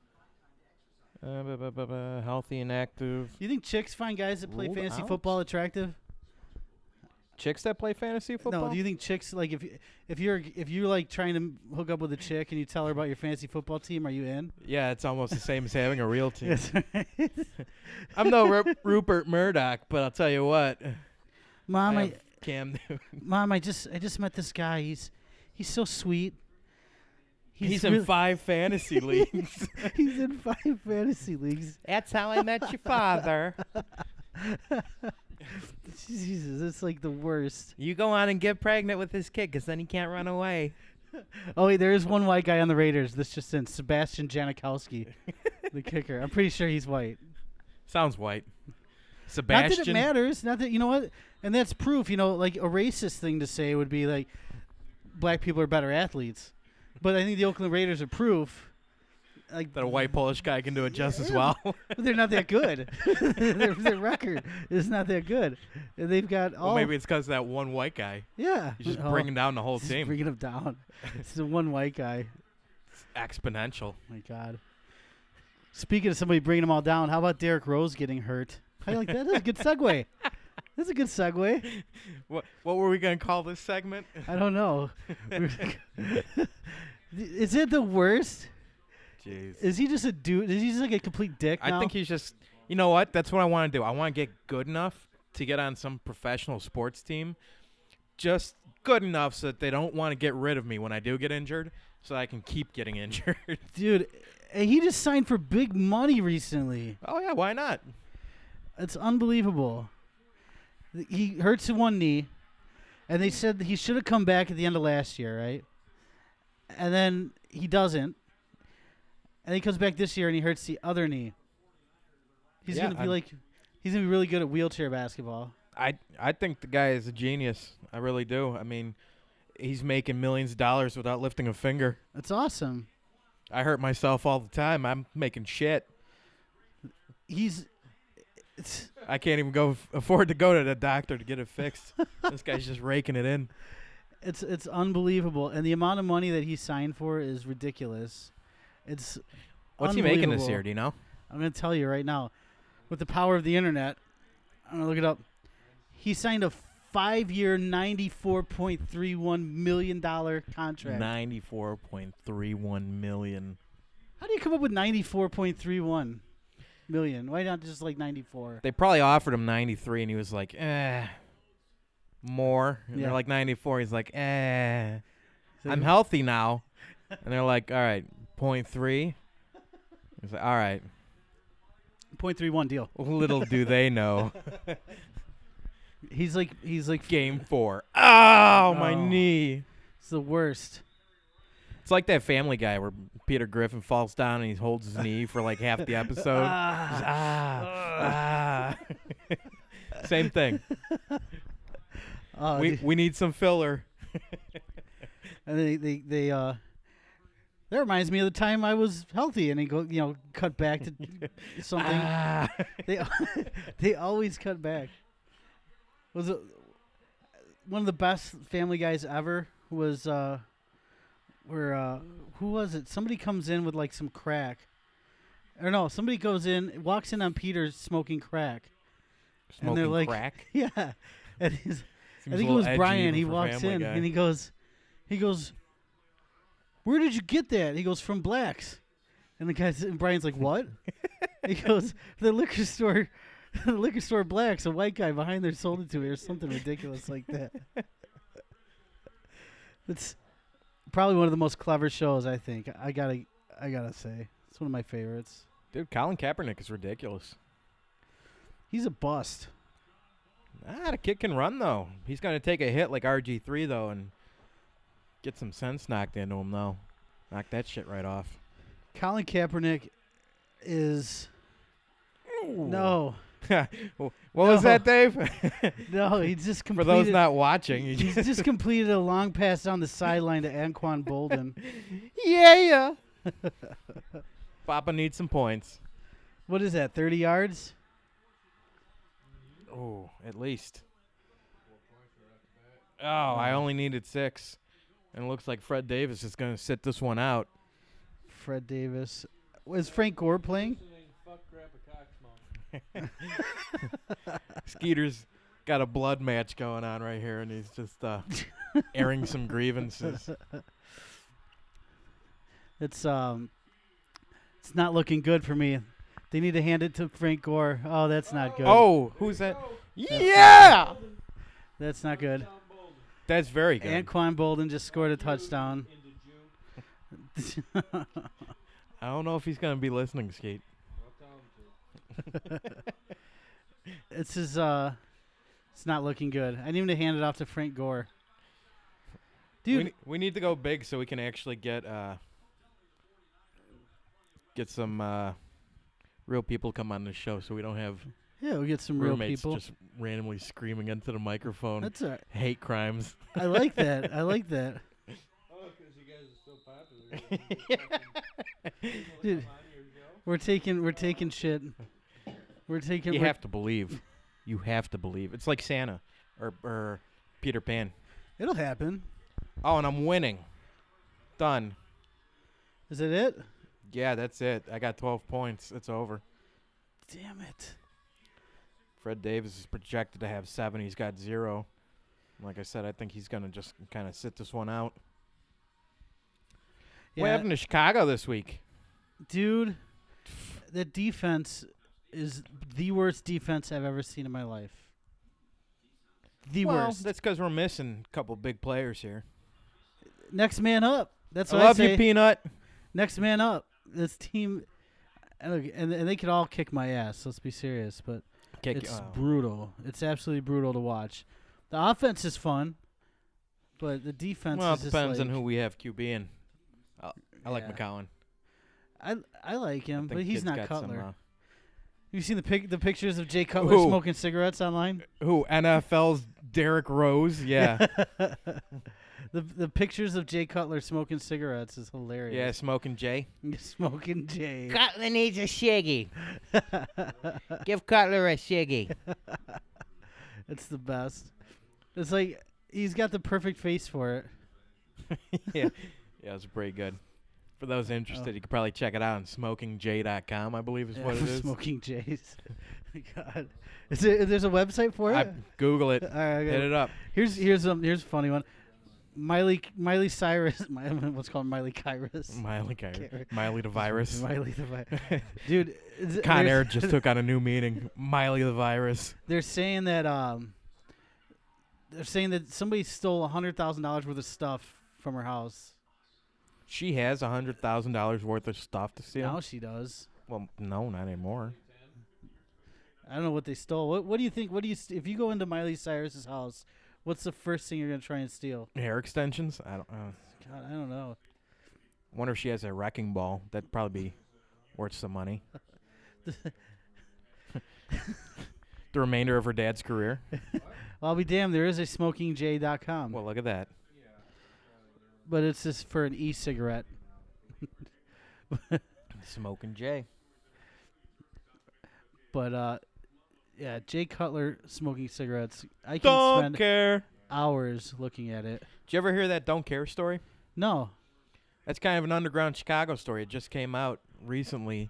S2: Uh, bu- bu- bu- bu- healthy and active.
S1: You think chicks find guys that play
S2: Ruled
S1: fantasy
S2: out?
S1: football attractive?
S2: Chicks that play fantasy football?
S1: No. Do you think chicks like if you- if you're if you're like trying to m- hook up with a chick and you tell her about your fantasy football team, are you in?
S2: yeah, it's almost the same as having a real team.
S1: right.
S2: I'm no Ru- Rupert Murdoch, but I'll tell you what.
S1: Oh, Mom,
S2: I
S1: I,
S2: have Cam Newton.
S1: mom, I just I just met this guy. He's he's so sweet.
S2: He's, in
S1: really-
S2: five fantasy leagues.
S1: he's in five fantasy leagues.
S2: That's how I met your father.
S1: Jesus, it's like the worst.
S2: You go on and get pregnant with this kid, 'cause then he can't run away.
S1: Oh wait, there is one white guy on the Raiders. This just in Sebastian Janikowski, the kicker. I'm pretty sure he's white.
S2: Sounds white.
S1: Not that it
S2: Sebastian.
S1: matters. Not that you know what, and that's proof. You know, like a racist thing to say would be like, black people are better athletes, but I think the Oakland Raiders are proof. Like
S2: that a white Polish guy can do it just as well.
S1: they're not that good. their, their record is not that good. And they've got all.
S2: well, maybe it's because that one white guy.
S1: yeah.
S2: You're just
S1: Oh,
S2: bringing down the whole
S1: just
S2: team.
S1: Bringing them down. It's the one white guy. Oh
S2: Exponential.
S1: My God. Speaking of somebody bringing them all down, how about Derrick Rose getting hurt? How you like that? That's a good segue. That's a good segue.
S2: What what were we gonna call this segment?
S1: I don't know. is it the worst?
S2: Jeez.
S1: Is he just a dude? Is he just like a complete dick?
S2: I
S1: now?
S2: think he's just. You know what? That's what I want to do. I want to get good enough to get on some professional sports team, just good enough so that they don't want to get rid of me when I do get injured, so I can keep getting injured.
S1: dude. eh, He just signed for big money recently.
S2: oh yeah, why not?
S1: It's unbelievable. Th- He hurts in one knee, and they said that he should have come back at the end of last year, right? And then he doesn't, and he comes back this year and he hurts the other knee. He's
S2: Yeah,
S1: gonna be
S2: I'm-
S1: like, he's gonna be really good at wheelchair basketball.
S2: I I think the guy is a genius. I really do. I mean, he's making millions of dollars without lifting a finger.
S1: That's awesome.
S2: I hurt myself all the time. I'm making shit.
S1: He's, it's,
S2: I can't even go afford to go to the doctor to get it fixed. this guy's just raking it in.
S1: it's it's unbelievable, and the amount of money that he signed for is ridiculous. It's
S2: What's he making this
S1: unbelievable.
S2: year? Do you know?
S1: I'm going to tell you right now, with the power of the internet, I'm going to look it up. He signed a five-year, $94.31 million contract.
S2: Ninety-four point three one million.
S1: How do you come up with $94.31 million? Why not just like 94?
S2: They probably offered him ninety-three, and he was like, "Eh, more." And
S1: Yeah.
S2: They're like ninety-four. He's like, "Eh,
S1: So
S2: I'm
S1: he-
S2: healthy now," and they're like, "All right, point three. He's like, "All right."
S1: 0.31 deal.
S2: Little do they know.
S1: He's like, he's like,
S2: Game four. Oh, my
S1: Oh.
S2: knee.
S1: it's the worst.
S2: It's like that Family Guy where Peter Griffin falls down and he holds his knee for like half the episode. Just, ah, ah. Same thing.
S1: Oh,
S2: we
S1: dude.
S2: we need some filler.
S1: and they, they, they, uh, that reminds me of the time I was healthy and he go, you know, cut back to something.
S2: Ah.
S1: they they always cut back. Was it, one of the best Family Guys ever was uh, where uh, who was it? Somebody comes in with like some crack, or no, somebody goes in, walks in on Peter smoking crack.
S2: Smoking
S1: And they're like-
S2: crack.
S1: Yeah, and he's,
S2: Seems
S1: I
S2: a
S1: think it
S2: little
S1: was
S2: edgy
S1: Brian.
S2: even
S1: He
S2: for
S1: walks
S2: Family
S1: in
S2: Guy.
S1: and he goes, he goes, where did you get that? He goes from Blacks, and the guy's and Brian's like, what? he goes the liquor store, the liquor store Blacks. A white guy behind there sold it to me, or something ridiculous like that. It's probably one of the most clever shows. I think I gotta, I gotta say, it's one of my favorites.
S2: Dude, Colin Kaepernick is ridiculous.
S1: He's a bust.
S2: Ah, the kid can run though. He's gonna take a hit like RG three though and get some sense knocked into him though. Knock that shit right off.
S1: Colin Kaepernick is no.
S2: what
S1: No.
S2: was that, Dave?
S1: No, he just
S2: For
S1: completed.
S2: those not watching, you
S1: he's
S2: just
S1: just completed a long pass down the sideline to Anquan Bolden.
S2: yeah, yeah. Papa needs some points.
S1: What is that? Thirty yards?
S2: Oh, at least. Oh, I only needed six, and it looks like Fred Davis is going to sit this one out.
S1: Fred Davis. Was Frank Gore playing?
S2: Skeeter's got a blood match going on right here, and he's just uh, airing some grievances.
S1: It's um, it's not looking good for me. They need to hand it to Frank Gore. Oh, that's not good.
S2: Oh, who's that? Yeah,
S1: that's not good.
S2: that's very good.
S1: Anquan Bolden just scored a touchdown.
S2: I don't know if he's going to be listening, Skeet.
S1: It's his uh, it's not looking good. I need him to hand it off to Frank Gore.
S2: We
S1: Dude,
S2: ne- we, need to go big so we can actually get uh, get some uh, real people come on the show, so we don't have
S1: yeah, we get some real
S2: roommates
S1: people.
S2: just randomly screaming into the microphone
S1: That's all right.
S2: hate crimes.
S1: I like that. I like that. Dude, we're taking we're taking shit. We're taking.
S2: You
S1: we're-
S2: have to believe. You have to believe. It's like Santa or or Peter Pan.
S1: it'll happen.
S2: Oh, and I'm winning. Done.
S1: Is that it?
S2: Yeah, that's it. I got 12 points. It's over.
S1: Damn it!
S2: Fred Davis is projected to have seven. He's got zero. Like I said, I think he's gonna just kind of sit this one out. What
S1: Yeah,
S2: happened to Chicago this week?
S1: dude, that defense is the worst defense I've ever seen in my life. The
S2: well,
S1: worst.
S2: that's because we're missing a couple big players here.
S1: Next man up. That's
S2: I
S1: what
S2: love
S1: I say.
S2: you, Peanut.
S1: Next man up. This team, and, look, and and they could all kick my ass. Let's be serious, but
S2: Kick-
S1: it's
S2: oh.
S1: brutal. It's absolutely brutal to watch. The offense is fun, but the defense
S2: well,
S1: is
S2: it
S1: just
S2: depends
S1: like,
S2: on who we have QB in. I, I like
S1: Yeah.
S2: McCollin.
S1: I I like him,
S2: I
S1: but
S2: think
S1: he's
S2: kid's
S1: not
S2: got
S1: Cutler.
S2: Some, uh,
S1: You've seen the pic the pictures of Jay Cutler
S2: Who?
S1: smoking cigarettes online.
S2: uh, who NFL's Derrick Rose? Yeah,
S1: The the pictures of Jay Cutler smoking cigarettes is
S2: yeah,
S1: hilarious.
S2: smoking Jay.
S1: Yes, smoking Jay.
S4: Cutler needs a shiggy. Give Cutler a shiggy.
S1: It's the best. It's like he's got the perfect face for it.
S2: yeah, yeah, it's pretty good. For those
S1: Oh.
S2: interested, you could probably check it out on smokingjay.com. I believe is what it is.
S1: smoking Jays. Oh God, is it? There's a website for it.
S2: I Google it.
S1: All right, I
S2: Hit
S1: gotta-
S2: it up.
S1: Here's here's some here's a funny one. Miley Miley Cyrus. My, what's called Miley Cyrus.
S2: Miley, Kyra,
S1: Can't-
S2: Miley the virus.
S1: Miley the virus. Dude, is it-
S2: Con
S1: there's-
S2: Air just took on a new meaning. Miley the virus.
S1: they're saying that um they're saying that somebody stole a hundred thousand dollars worth of stuff from her house.
S2: She has a hundred thousand dollars worth of stuff to steal.
S1: Now she does.
S2: well, no, not anymore.
S1: I don't know what they stole. What what do you think? What do you st- if you go into Miley Cyrus's house? What's the first thing you're gonna try and steal?
S2: Hair extensions. I don't. Uh,
S1: God, I don't know.
S2: wonder if she has a wrecking ball. That'd probably be worth some money. the remainder of her dad's career.
S1: I'll be damned. There is a smokingj.com,
S2: Well, look at that.
S1: but it's just for an e-cigarette.
S2: Smoking Jay.
S1: But uh, yeah, Jay Cutler smoking cigarettes. I can
S2: Don't
S1: spend
S2: care.
S1: hours looking at it.
S2: Did you ever hear that don't care story?
S1: No,
S2: That's kind of an underground Chicago story. It just came out recently,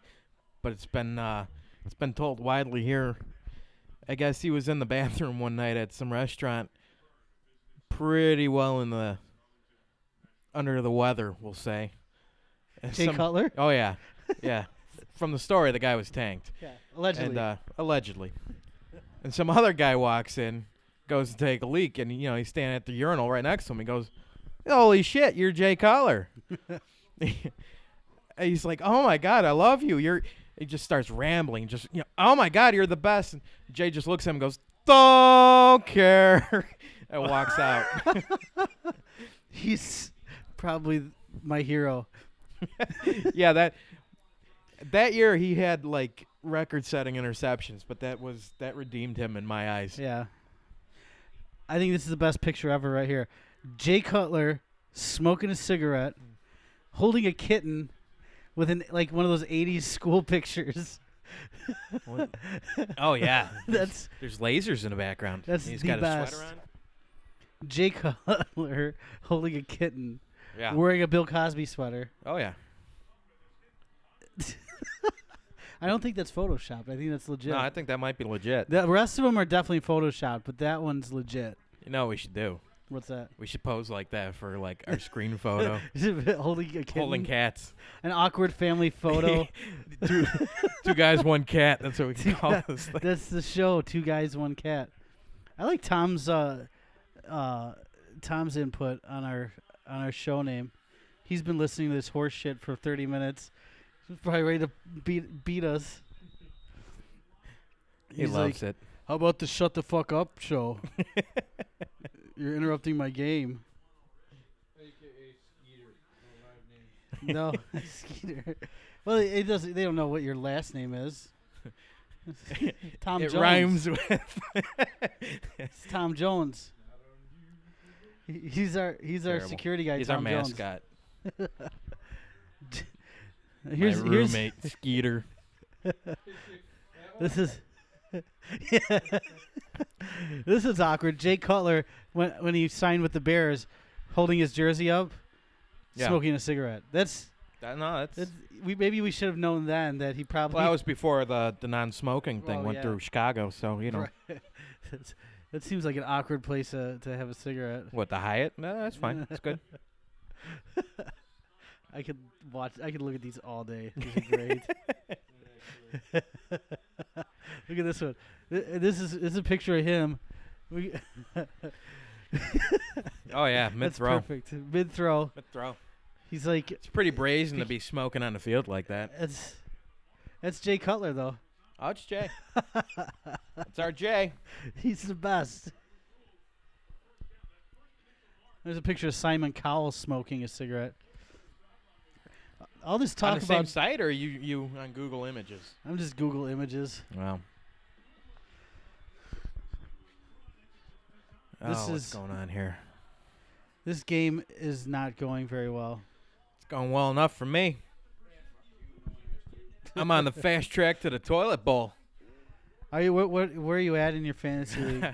S2: but it's been uh, it's been told widely here. I guess he was in the bathroom one night at some restaurant, pretty well in the under the weather, we'll say. And
S1: Jay
S2: some-
S1: Cutler
S2: Oh yeah, yeah. From the story, the guy was tanked,
S1: allegedly.
S2: and uh, allegedly, and some other guy walks in, goes to take a leak, and you know he's standing at the urinal right next to him. He goes, "Holy shit, you're Jay Collar." And he's like, "Oh my god, I love you." You're. He just starts rambling, just you know, "Oh my god, you're the best." And Jay just looks at him, and goes, "Don't care," and walks out.
S1: He's probably th- my hero.
S2: yeah, that that year he had like record-setting interceptions, but that was that redeemed him in my eyes.
S1: Yeah. I think this is the best picture ever right here. Jay Cutler smoking a cigarette, holding a kitten with an like one of those 80s school pictures.
S2: Oh yeah,
S1: That's
S2: there's lasers in the background.
S1: That's
S2: He's
S1: the
S2: got
S1: best.
S2: a sweater on.
S1: Jay Cutler holding a kitten,
S2: Yeah.
S1: wearing a Bill Cosby sweater.
S2: oh yeah.
S1: I don't think that's photoshopped. I think that's legit.
S2: No, I think that might be legit.
S1: the rest of them are definitely photoshopped, but that one's legit.
S2: You know what we should do?
S1: What's that?
S2: We should pose like that for like our screen photo.
S1: holding a kitten.
S2: Holding cats.
S1: An awkward family photo.
S2: two, two guys, one cat. That's what we can call this thing.
S1: That's the show. Two guys, one cat. I like Tom's uh, uh, Tom's input on our on our show name. He's been listening to this horse shit for thirty minutes. He's probably ready to beat beat us.
S2: He
S1: He's
S2: loves
S1: like,
S2: it.
S1: How about the shut the fuck up show? You're interrupting my game. No, Skeeter. Well, it, it doesn't. They don't know what your last name is. Tom
S2: it
S1: Jones.
S2: rhymes with.
S1: It's Tom Jones. He- He's our he's our
S2: Terrible.
S1: security guy.
S2: He's
S1: Tom
S2: our
S1: Jones.
S2: mascot.
S1: Here's,
S2: My
S1: here's-
S2: roommate Skeeter.
S1: This is Yeah. this is awkward. Jay Cutler when when he signed with the Bears, holding his jersey up,
S2: Yeah.
S1: smoking a cigarette. That's,
S2: That- Uh, no, that's.
S1: that's we maybe we should have known then that he probably
S2: well, that was before the, the non-smoking thing
S1: Well,
S2: went
S1: yeah.
S2: through Chicago. So you know
S1: That's- that seems like an awkward place to, to have a cigarette.
S2: what the Hyatt. No, that's fine. That's good.
S1: I could watch. I could look at these all day. These are great. look at this one. Th- This is this is a picture of him. We,
S2: Oh yeah, mid
S1: that's
S2: throw.
S1: perfect. Mid throw.
S2: Mid throw.
S1: He's like
S2: It's pretty brazen to be smoking on the field like that.
S1: that's that's Jay Cutler though.
S2: Oh, it's Jay. it's our Jay.
S1: He's the best. There's a picture of Simon Cowell smoking a cigarette. All this
S2: on
S1: talk
S2: the same
S1: about
S2: site or you you on Google Images?
S1: I'm just Google images.
S2: Wow.
S1: This
S2: oh,
S1: is-
S2: what's going on here?
S1: This game is not going very well.
S2: It's going well enough for me. I'm on the fast track to the toilet bowl.
S1: Are you what, what where are you at in your fantasy league?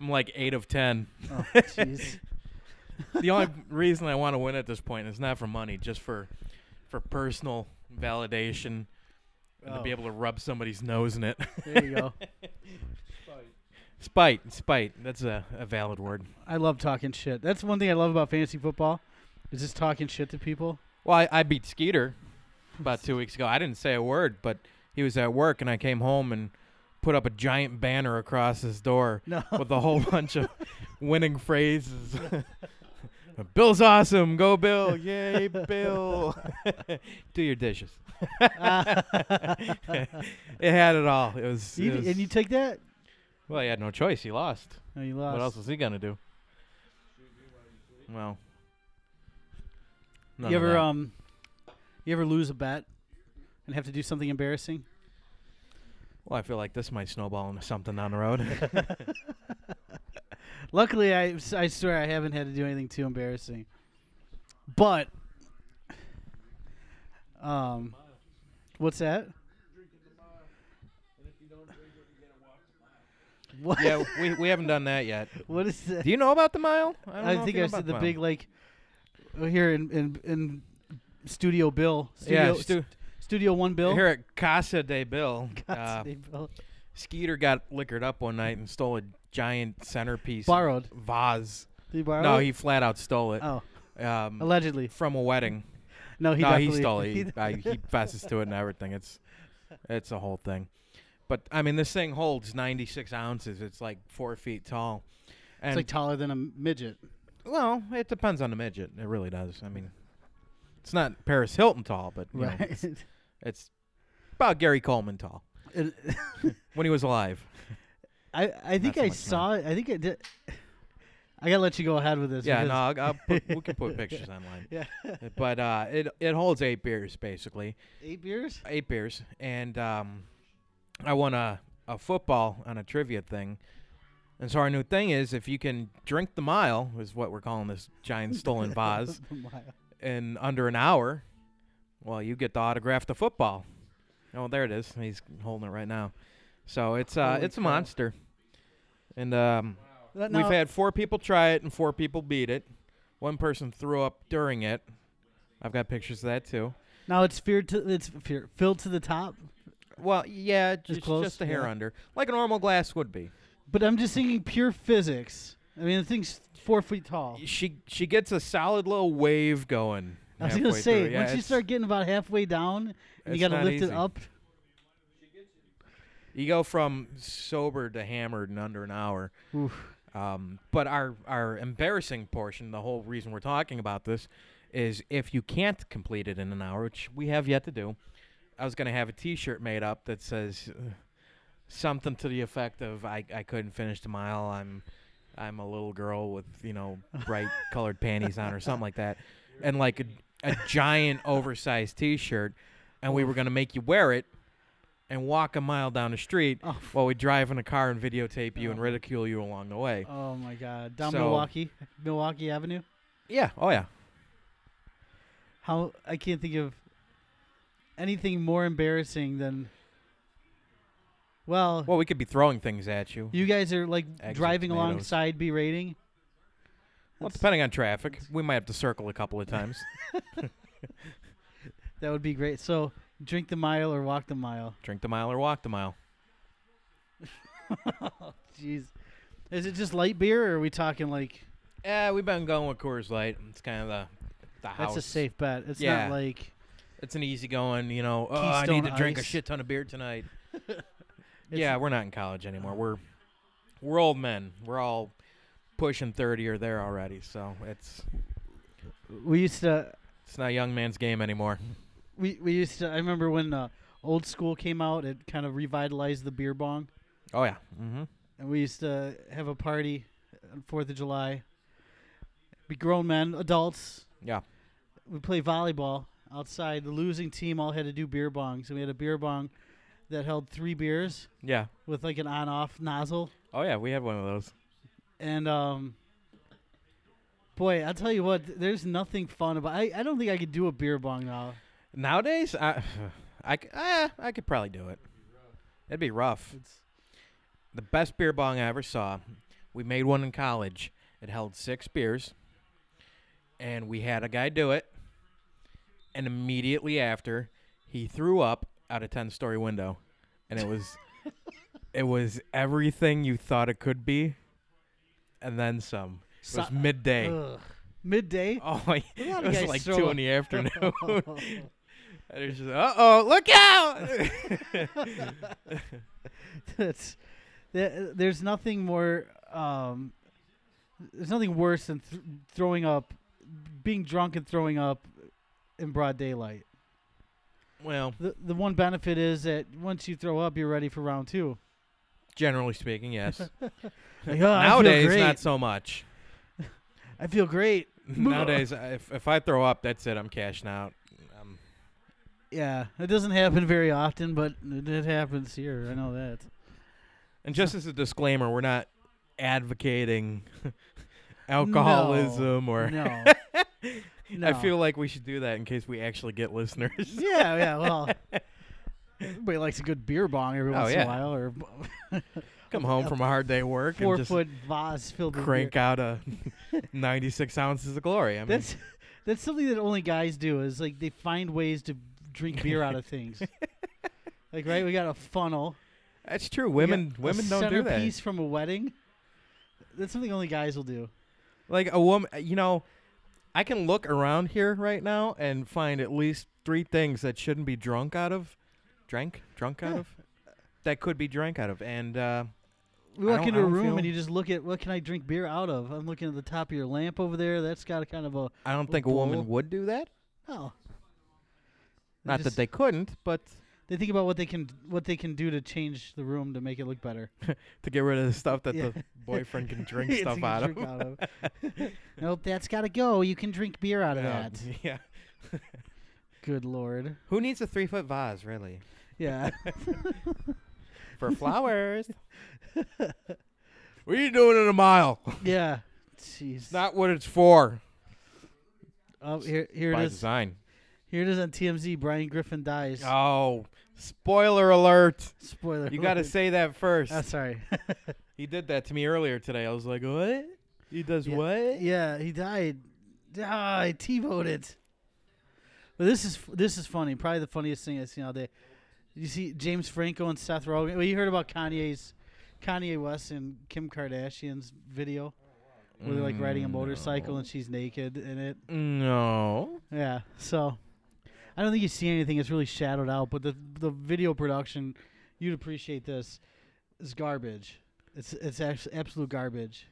S2: I'm like eight of ten.
S1: Oh jeez.
S2: The only reason I want to win at this point is not for money, just for for personal validation and to
S1: Oh.
S2: be able to rub somebody's nose in it.
S1: There you go.
S2: spite, spite. That's a, a valid word.
S1: I love talking shit. That's one thing I love about fantasy football. Is just talking shit to people.
S2: Well, I, I beat Skeeter about two weeks ago. I didn't say a word, but he was at work, and I came home and put up a giant banner across his door
S1: No.
S2: with a whole bunch of winning phrases. Bill's awesome. Go, Bill. Yay, Bill. Do your dishes. it had it all. It was.
S1: Ah, You
S2: it
S1: d-
S2: was-
S1: and you take that?
S2: well, he had no choice. He lost.
S1: No, you lost.
S2: What else was he going to do? Well. none
S1: you
S2: of
S1: ever
S2: that.
S1: um you ever lose a bet and have to do something embarrassing?
S2: Well, I feel like this might snowball into something down the road.
S1: Luckily I s- I swear I haven't had to do anything too embarrassing. But um what's that? What?
S2: yeah, we, we haven't done that yet.
S1: What is that?
S2: Do you know about the mile? don't
S1: I
S2: know if
S1: think
S2: you know
S1: I
S2: about
S1: said the
S2: mile.
S1: big like uh, here in in, in Studio Bill. Studio,
S2: yeah, stu-
S1: Studio One Bill.
S2: here at Casa de Bill. uh,
S1: God, they bill-
S2: Skeeter got liquored up one night and stole a giant centerpiece
S1: Borrowed.
S2: vase.
S1: Did he borrow
S2: No,
S1: it?
S2: he flat out stole it.
S1: Oh,
S2: Um,
S1: allegedly.
S2: from a wedding.
S1: No, he
S2: no, he
S1: definitely
S2: stole it. He,
S1: he-
S2: I, he passes to it and everything. It's it's a whole thing. But I mean, this thing holds 96 ounces. It's like four feet tall.
S1: it's
S2: And
S1: like taller than a midget.
S2: Well, it depends on the midget. It really does. I mean, it's not Paris Hilton tall, but you know, it's,
S1: Right.
S2: it's about Gary Coleman tall
S1: And
S2: when he was alive.
S1: I I think
S2: so
S1: I
S2: much
S1: saw it. I think I did. I gotta let you go ahead with this.
S2: Yeah,
S1: because-
S2: no, I'll, I'll put, we can put pictures online.
S1: Yeah.
S2: But uh, it it holds eight beers basically,
S1: Eight beers.
S2: eight beers, and um, I won a, a football on a trivia thing. And so our new thing is if you can drink the mile, is what we're calling this giant stolen vase, in under an hour, well, you get to autograph the football. Oh, there it is. He's holding it right now. So it's uh,
S1: Holy
S2: it's a
S1: cow.
S2: monster. And um,
S1: That-
S2: We've
S1: now-
S2: had four people try it and four people beat it. One person threw up during it. I've got pictures of that too.
S1: Now it's feared to it's fear, filled to the top.
S2: Well, yeah, just,
S1: close,
S2: just a hair
S1: yeah.
S2: under, like a normal glass would be.
S1: But I'm just thinking pure physics. I mean, the thing's four feet tall.
S2: She she gets a solid little wave going.
S1: I was gonna
S2: halfway
S1: say
S2: through. Yeah,
S1: once you
S2: it's-
S1: start getting about halfway down and
S2: it's
S1: you gotta
S2: not
S1: lift
S2: easy.
S1: it up.
S2: you go from sober to hammered in under an hour.
S1: Oof.
S2: Um, but our our embarrassing portion, the whole reason we're talking about this, is if you can't complete it in an hour, which we have yet to do. I was gonna have a T-shirt made up that says uh, something to the effect of "I I couldn't finish the mile. I'm I'm a little girl with you know bright colored panties on or something like that," and like a, a giant oversized T-shirt, and we were gonna make you wear it. And walk a mile down the street
S1: Oh.
S2: while we drive in a car and videotape you and ridicule you along the way.
S1: Oh my God! Down
S2: So-
S1: Milwaukee, Milwaukee Avenue.
S2: Yeah. Oh yeah.
S1: How I can't think of anything more embarrassing than. Well,
S2: Well, we could be throwing things at you.
S1: you guys are like
S2: Eggs with
S1: driving
S2: tomatoes.
S1: alongside berating.
S2: well, depending on traffic, we might have to circle a couple of times.
S1: That would be great. So drink the mile or walk the mile.
S2: Drink the mile or walk the mile.
S1: Jeez, is it just light beer or are we talking like
S2: Yeah, we've been going with Coors Light. It's kind of the the house.
S1: that's a safe bet? It's
S2: Yeah.
S1: not like
S2: It's an easy going. You know, oh, I need
S1: Keystone
S2: to drink a
S1: Ice.
S2: shit ton of beer tonight. yeah, we're not in college anymore. We're we're old men. We're all pushing thirty or there already. So it's
S1: we used to.
S2: it's not a young man's game anymore.
S1: We we used to. I remember when uh, old school came out. It kind of revitalized the beer bong.
S2: Oh yeah. Mm-hmm.
S1: and we used to have a party on Fourth of July. Be grown men, adults.
S2: Yeah.
S1: We play volleyball outside. The losing team all had to do beer bongs, and we had a beer bong that held three beers
S2: Yeah.
S1: with like an on-off nozzle.
S2: Oh yeah. We had one of those.
S1: And um, boy, I'll tell you what, th- there's nothing fun about. I I don't think I could do a beer bong now.
S2: Nowadays, I, I, c- eh, I could probably do it. It'd be rough.
S1: It's
S2: The best beer bong I ever saw. We made one in college. It held six beers, and we had a guy do it. And immediately after, he threw up out a ten-story window, and it was, it was everything you thought it could be, and then some. It was
S1: So-
S2: midday.
S1: uh, ugh. midday.
S2: Oh, it
S1: lot of
S2: was
S1: guys
S2: like
S1: throw
S2: two
S1: up.
S2: in the afternoon. and it's just, uh oh, look out!
S1: That's there, there's nothing more um there's nothing worse than th- throwing up being drunk and throwing up in broad daylight.
S2: well,
S1: The the one benefit is that once you throw up you're ready for round 2.
S2: generally speaking, yes.
S1: Like, "Oh, I feel
S2: Nowadays,
S1: great.
S2: not so much.
S1: I feel great.
S2: Nowadays, I- if, if I throw up, that's it. I'm cashing out. Um,
S1: Yeah, it doesn't happen very often, but it, it happens here. I know that.
S2: and just as a disclaimer, we're not advocating alcoholism or.
S1: No. no.
S2: I feel like we should do that in case we actually get listeners.
S1: Yeah, yeah, well. Everybody likes a good beer bong every
S2: Oh,
S1: once
S2: yeah.
S1: in a while or
S2: Come home from a hard day work
S1: four
S2: and just
S1: foot vase filled with beer.
S2: crank out a 96 ounces of glory. I mean,
S1: That's that's something that only guys do is like they find ways to drink beer out of things. like right, we got a funnel.
S2: That's true.
S1: we got
S2: Women
S1: a
S2: women don't do
S1: centerpiece
S2: that.
S1: from a wedding. That's something only guys will do.
S2: Like a woman, uh, you know, I can look around here right now and find at least three things that shouldn't be drunk out of, drank, drunk out
S1: Yeah.
S2: of, that could be drank out of, and uh,
S1: We
S2: I
S1: walk
S2: don't-
S1: into
S2: I
S1: a
S2: don't
S1: room
S2: feel-
S1: and you just look at what can I drink beer out of. I'm looking at the top of your lamp over there. That's got a kind of a
S2: I don't
S1: Or
S2: think a
S1: bowl.
S2: woman would do that.
S1: oh.
S2: Not
S1: just-
S2: that they couldn't, but
S1: They think about what they can what they can do to change the room to make it look better.
S2: to get rid of the stuff that
S1: Yeah.
S2: the boyfriend can drink
S1: It's
S2: stuff
S1: you
S2: out
S1: drink
S2: of.
S1: out of. nope, that's got to go. You can drink beer out of
S2: Yeah.
S1: that.
S2: Um, yeah.
S1: Good lord.
S2: Who needs a three foot vase, really?
S1: Yeah.
S2: for flowers. what are you doing in a mile?
S1: Yeah. Jeez.
S2: Not what it's for.
S1: oh, here, here
S2: By
S1: it is.
S2: design.
S1: Here it is on TMZ. Brian Griffin dies.
S2: Oh, spoiler alert!
S1: Spoiler.
S2: You got to
S1: alert.
S2: say that first.
S1: Oh, sorry.
S2: He did that to me earlier today. I was like, what? He does
S1: Yeah.
S2: what?
S1: yeah, he died. Ah, I T-boned it. But this is this is funny. Probably the funniest thing I've seen all day. You see James Franco and Seth Rogen. Well, you heard about Kanye's, Kanye West and Kim Kardashian's video, where they're like riding a motorcycle and she's naked in it.
S2: No.
S1: Yeah. So I don't think you see anything. It's really shadowed out. But the the video production, you'd appreciate this, is garbage. It's it's abs- absolute garbage.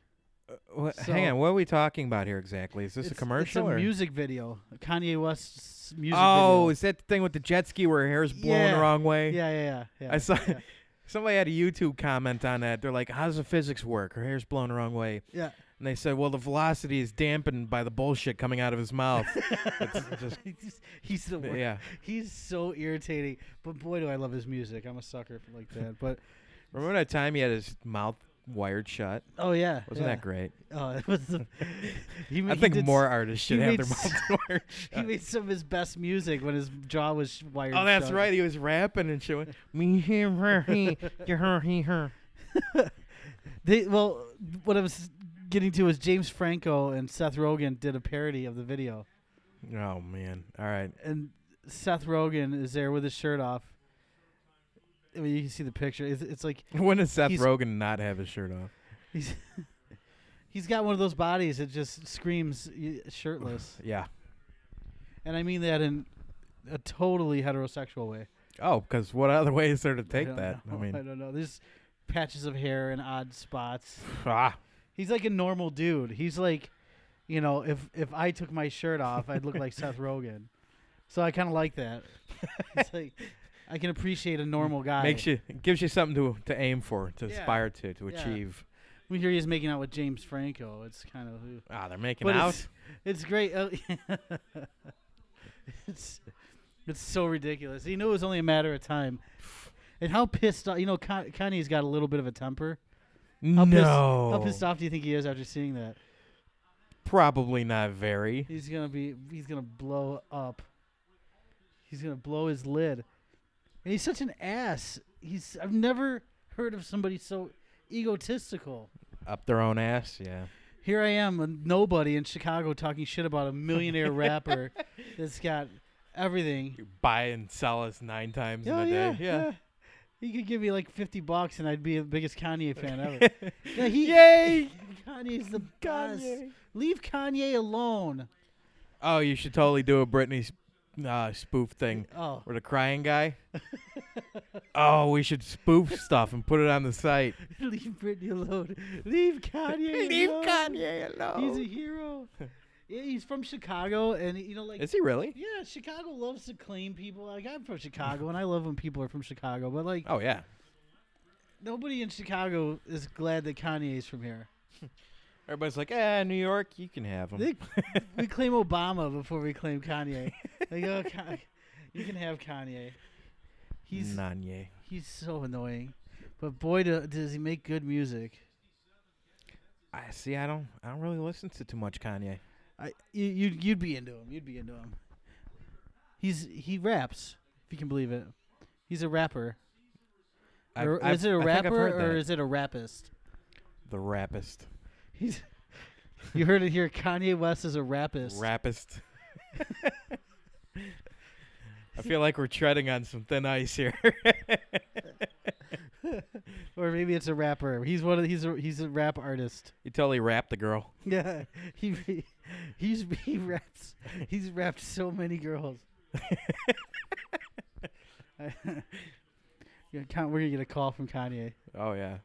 S2: What,
S1: So-
S2: hang on. What are we talking about here exactly? Is this a
S1: It's-
S2: commercial?
S1: It's a
S2: or?
S1: music video. Kanye West's music
S2: oh,
S1: video.
S2: is that the thing with the jet ski where her hair's blowing
S1: Yeah.
S2: the wrong way?
S1: yeah, yeah, yeah. yeah
S2: I saw
S1: Yeah.
S2: somebody had a YouTube comment on that. They're like, "How does the physics work? Her hair's blown the wrong way."
S1: yeah.
S2: And they said, "Well, the velocity is dampened by the bullshit coming out of his mouth." it's just
S1: He's- He's the worst.
S2: yeah.
S1: He's so irritating. But boy, do I love his music. I'm a sucker for like that. But
S2: Remember that time he had his mouth wired shut?
S1: oh yeah,
S2: Wasn't
S1: yeah.
S2: that great?
S1: Oh, it was. The, he, ma-
S2: I
S1: he
S2: think
S1: did s-
S2: more artists should
S1: he
S2: have
S1: made
S2: their
S1: s-
S2: mouths wired
S1: He
S2: shut.
S1: made some of his best music when his jaw was sh- wired.
S2: Oh, that's
S1: shut.
S2: right. He was rapping and shit. Me him her he your, her he her.
S1: They well, what I was getting to is James Franco and Seth Rogen did a parody of the video,
S2: Oh man. All right.
S1: and Seth Rogen is there with his shirt off. I mean, you can see the picture. It's, it's like
S2: When does Seth
S1: He's-
S2: Rogen not have his shirt off?
S1: he's he's got one of those bodies that just screams y- shirtless,
S2: Yeah.
S1: and I mean that in a totally heterosexual way.
S2: Oh, because what other way is there to take
S1: I don't
S2: that?
S1: know.
S2: I mean,
S1: don't know. There's patches of hair and odd spots.
S2: ah,
S1: He's like a normal dude. He's like, you know, if if I took my shirt off, I'd look like Seth Rogen. So I kind of like that. It's like I can appreciate a normal guy.
S2: makes you it gives you something to to aim for, to
S1: Yeah.
S2: aspire to, to
S1: Yeah.
S2: achieve.
S1: When here he is making out with James Franco, it's kind of.
S2: Ah, they're making
S1: But
S2: out.
S1: it's, it's great. Oh, it's it's so ridiculous. He knew it was only a matter of time. And how pissed off? You know, Con- Kanye's got a little bit of a temper. How pissed,
S2: no,
S1: how pissed off do you think he is after seeing that?
S2: probably not very.
S1: He's gonna be. He's gonna blow up. He's gonna blow his lid. And he's such an ass. He's. I've never heard of somebody so egotistical.
S2: Up their own ass. Yeah.
S1: Here I am, a nobody in Chicago, talking shit about a millionaire rapper that's got everything.
S2: You buy and sell us nine times
S1: Oh,
S2: in a
S1: yeah,
S2: day. Yeah.
S1: yeah. He could give me like fifty bucks, and I'd be the biggest Kanye fan ever. yeah, he,
S2: Yay!
S1: Kanye's the best.
S2: Kanye.
S1: Leave Kanye alone.
S2: Oh, you should totally do a Britney sp- uh, spoof thing.
S1: Oh,
S2: Or the crying guy. oh, we should spoof stuff and put it on the site.
S1: leave Britney alone. Leave Kanye. alone. He's a hero. Yeah, he's from Chicago, and you know, like,
S2: Is he really?
S1: yeah, Chicago loves to claim people. Like, I'm from Chicago, and I love when people are from Chicago. But like,
S2: Oh yeah.
S1: nobody in Chicago is glad that Kanye's from here.
S2: Everybody's like, eh, New York, you can have them.
S1: They, we claim Obama before we claim Kanye. Like, oh, Ka- you can have Kanye. He's
S2: Nanye.
S1: he's so annoying, but boy, do, does he make good music.
S2: I see. I don't. I don't really listen to too much Kanye.
S1: I you you'd, you'd be into him. You'd be into him. He's he raps, if you can believe it. He's a rapper.
S2: I've-
S1: Or
S2: I've-
S1: is it a
S2: I think I've
S1: rapper
S2: heard
S1: or
S2: that.
S1: is it a rapist?
S2: the rapist?
S1: He's You heard it here. Kanye West is a rapist.
S2: Rapist. I feel like we're treading on some thin ice here.
S1: or maybe it's a rapper. He's one of he's a he's a rap artist.
S2: you totally rapped the girl.
S1: Yeah. He re- he's he raps. He's rapped so many girls. I- Yeah, Con- we're gonna get a call from Kanye.
S2: Oh yeah.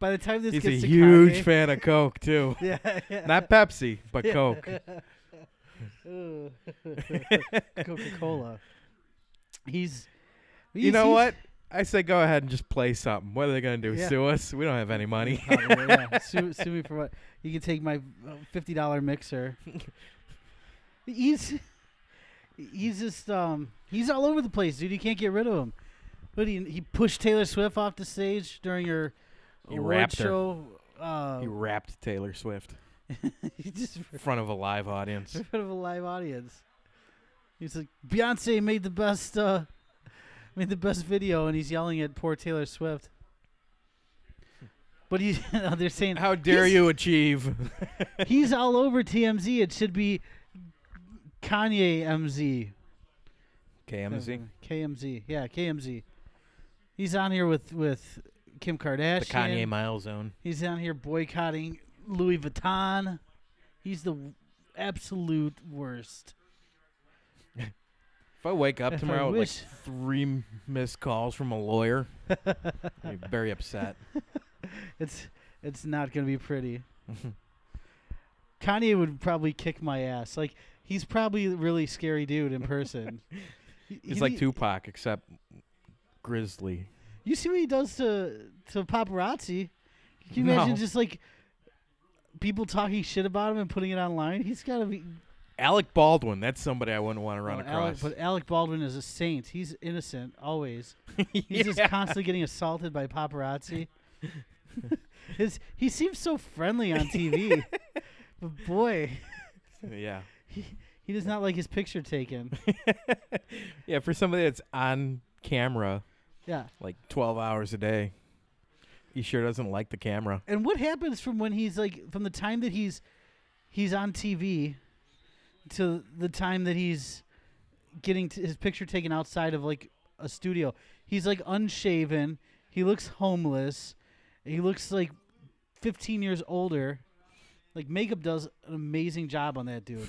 S1: By the time this
S2: He's a
S1: gets to
S2: huge
S1: Kanye,
S2: fan of Coke too.
S1: Yeah, yeah.
S2: Not Pepsi, but Coke.
S1: Coca Cola. He's,
S2: You know what? I say go ahead and just play something. What are they gonna do?
S1: Yeah.
S2: Sue us? We don't have any money.
S1: Probably, yeah. sue, sue me for what? You can take my uh, fifty dollar mixer. he's he's just um he's all over the place, dude. You can't get rid of him. What he he pushed Taylor Swift off the stage during her
S2: He
S1: award
S2: rapped her.
S1: show. Uh,
S2: He rapped Taylor Swift
S1: he just
S2: in front of a live audience.
S1: in front of a live audience. He's like, Beyonce made the best, uh, made the best video, and he's yelling at poor Taylor Swift. But he's, they're saying,
S2: How dare
S1: he's-
S2: you achieve?
S1: He's all over TMZ. It should be Kanye MZ.
S2: KMZ.
S1: KMZ. Yeah, KMZ. He's on here with with Kim Kardashian.
S2: The Kanye Mile Zone.
S1: He's down here boycotting Louis Vuitton. He's the w- absolute worst.
S2: If I wake up
S1: If I
S2: tomorrow with
S1: wish-
S2: like three m- missed calls from a lawyer, I'd be very upset.
S1: It's it's not gonna be pretty. Kanye would probably kick my ass. Like he's probably a really scary dude in person. He-
S2: He's
S1: he-
S2: like Tupac, except grizzly.
S1: You see what he does to to paparazzi? Can you imagine
S2: No.
S1: just like people talking shit about him and putting it online? He's gotta be
S2: Alec Baldwin. That's somebody I wouldn't want to run
S1: Well, Alec,
S2: across.
S1: but Alec Baldwin is a saint. He's innocent always. He's just constantly getting assaulted by paparazzi. His he seems so friendly on TV, but boy,
S2: yeah.
S1: he does not like his picture taken.
S2: Yeah, for somebody that's on camera
S1: Yeah.
S2: like 12 hours a day, he sure doesn't like the camera.
S1: And what happens from when he's like from the time that he's he's on TV to the time that he's getting t- his picture taken outside of like a studio? He's like unshaven. He looks homeless. He looks like 15 years older. Like makeup does an amazing job on that dude.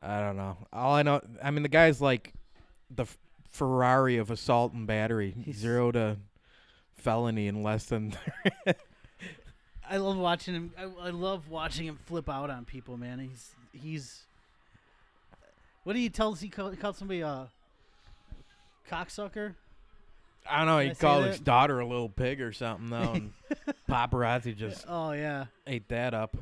S2: I don't know. All I know, I mean, the guy's like the F- Ferrari of assault and battery,
S1: He's-
S2: zero to felony in less than.
S1: I love watching him. I, I love watching him flip out on people, man. He's he's. What do you tell? He called, he called somebody a cocksucker.
S2: I don't know.
S1: Did
S2: He
S1: I say
S2: called
S1: that?
S2: his daughter a little pig or something, though, and paparazzi just
S1: Oh yeah,
S2: ate that up.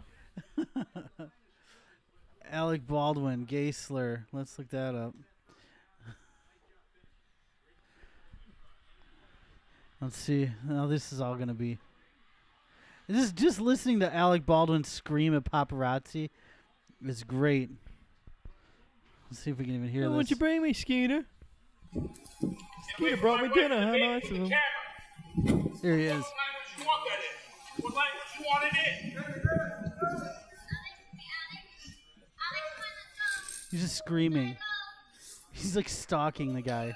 S1: Alec Baldwin, gay slur. Let's look that up. Let's see how this is all gonna be. This is just listening to Alec Baldwin scream at paparazzi is great. Let's see if we can even hear this.
S2: bring me, Skeeter? Skeeter brought me dinner. How nice of him.
S1: Here he is. He's just screaming. He's like stalking the guy.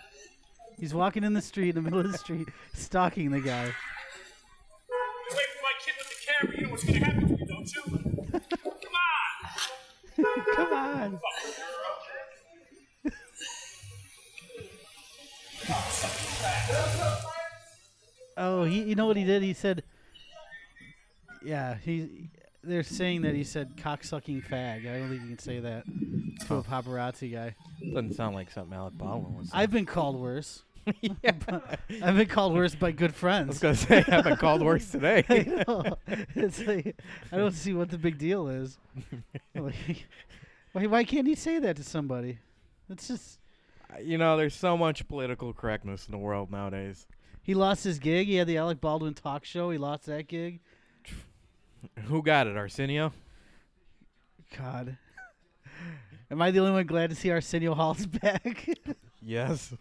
S1: He's walking in the street, in the middle of the street, stalking the guy.
S6: You wait for my kid with the camera, you know what's gonna happen to you, don't you? Come on!
S1: Come on. oh, he, you know what he did? He said, "Yeah, he." They're saying that he said "cocksucking fag." I don't think you can say that to a paparazzi guy.
S2: Doesn't sound like something Alec Baldwin was.
S1: I've been called worse. I've been called worse by good
S2: I was
S1: friends.
S2: gonna say I've been called worse
S1: I
S2: today.
S1: know. It's like, I don't see what the big deal is. Like, why, why can't he say that to somebody? It's just
S2: you know, there's so much political correctness in the world nowadays.
S1: he lost his gig. He had the Alec Baldwin talk show. He lost that gig.
S2: Who got it, Arsenio?
S1: God, am I the only one glad to see Arsenio Hall's back?
S2: Yes.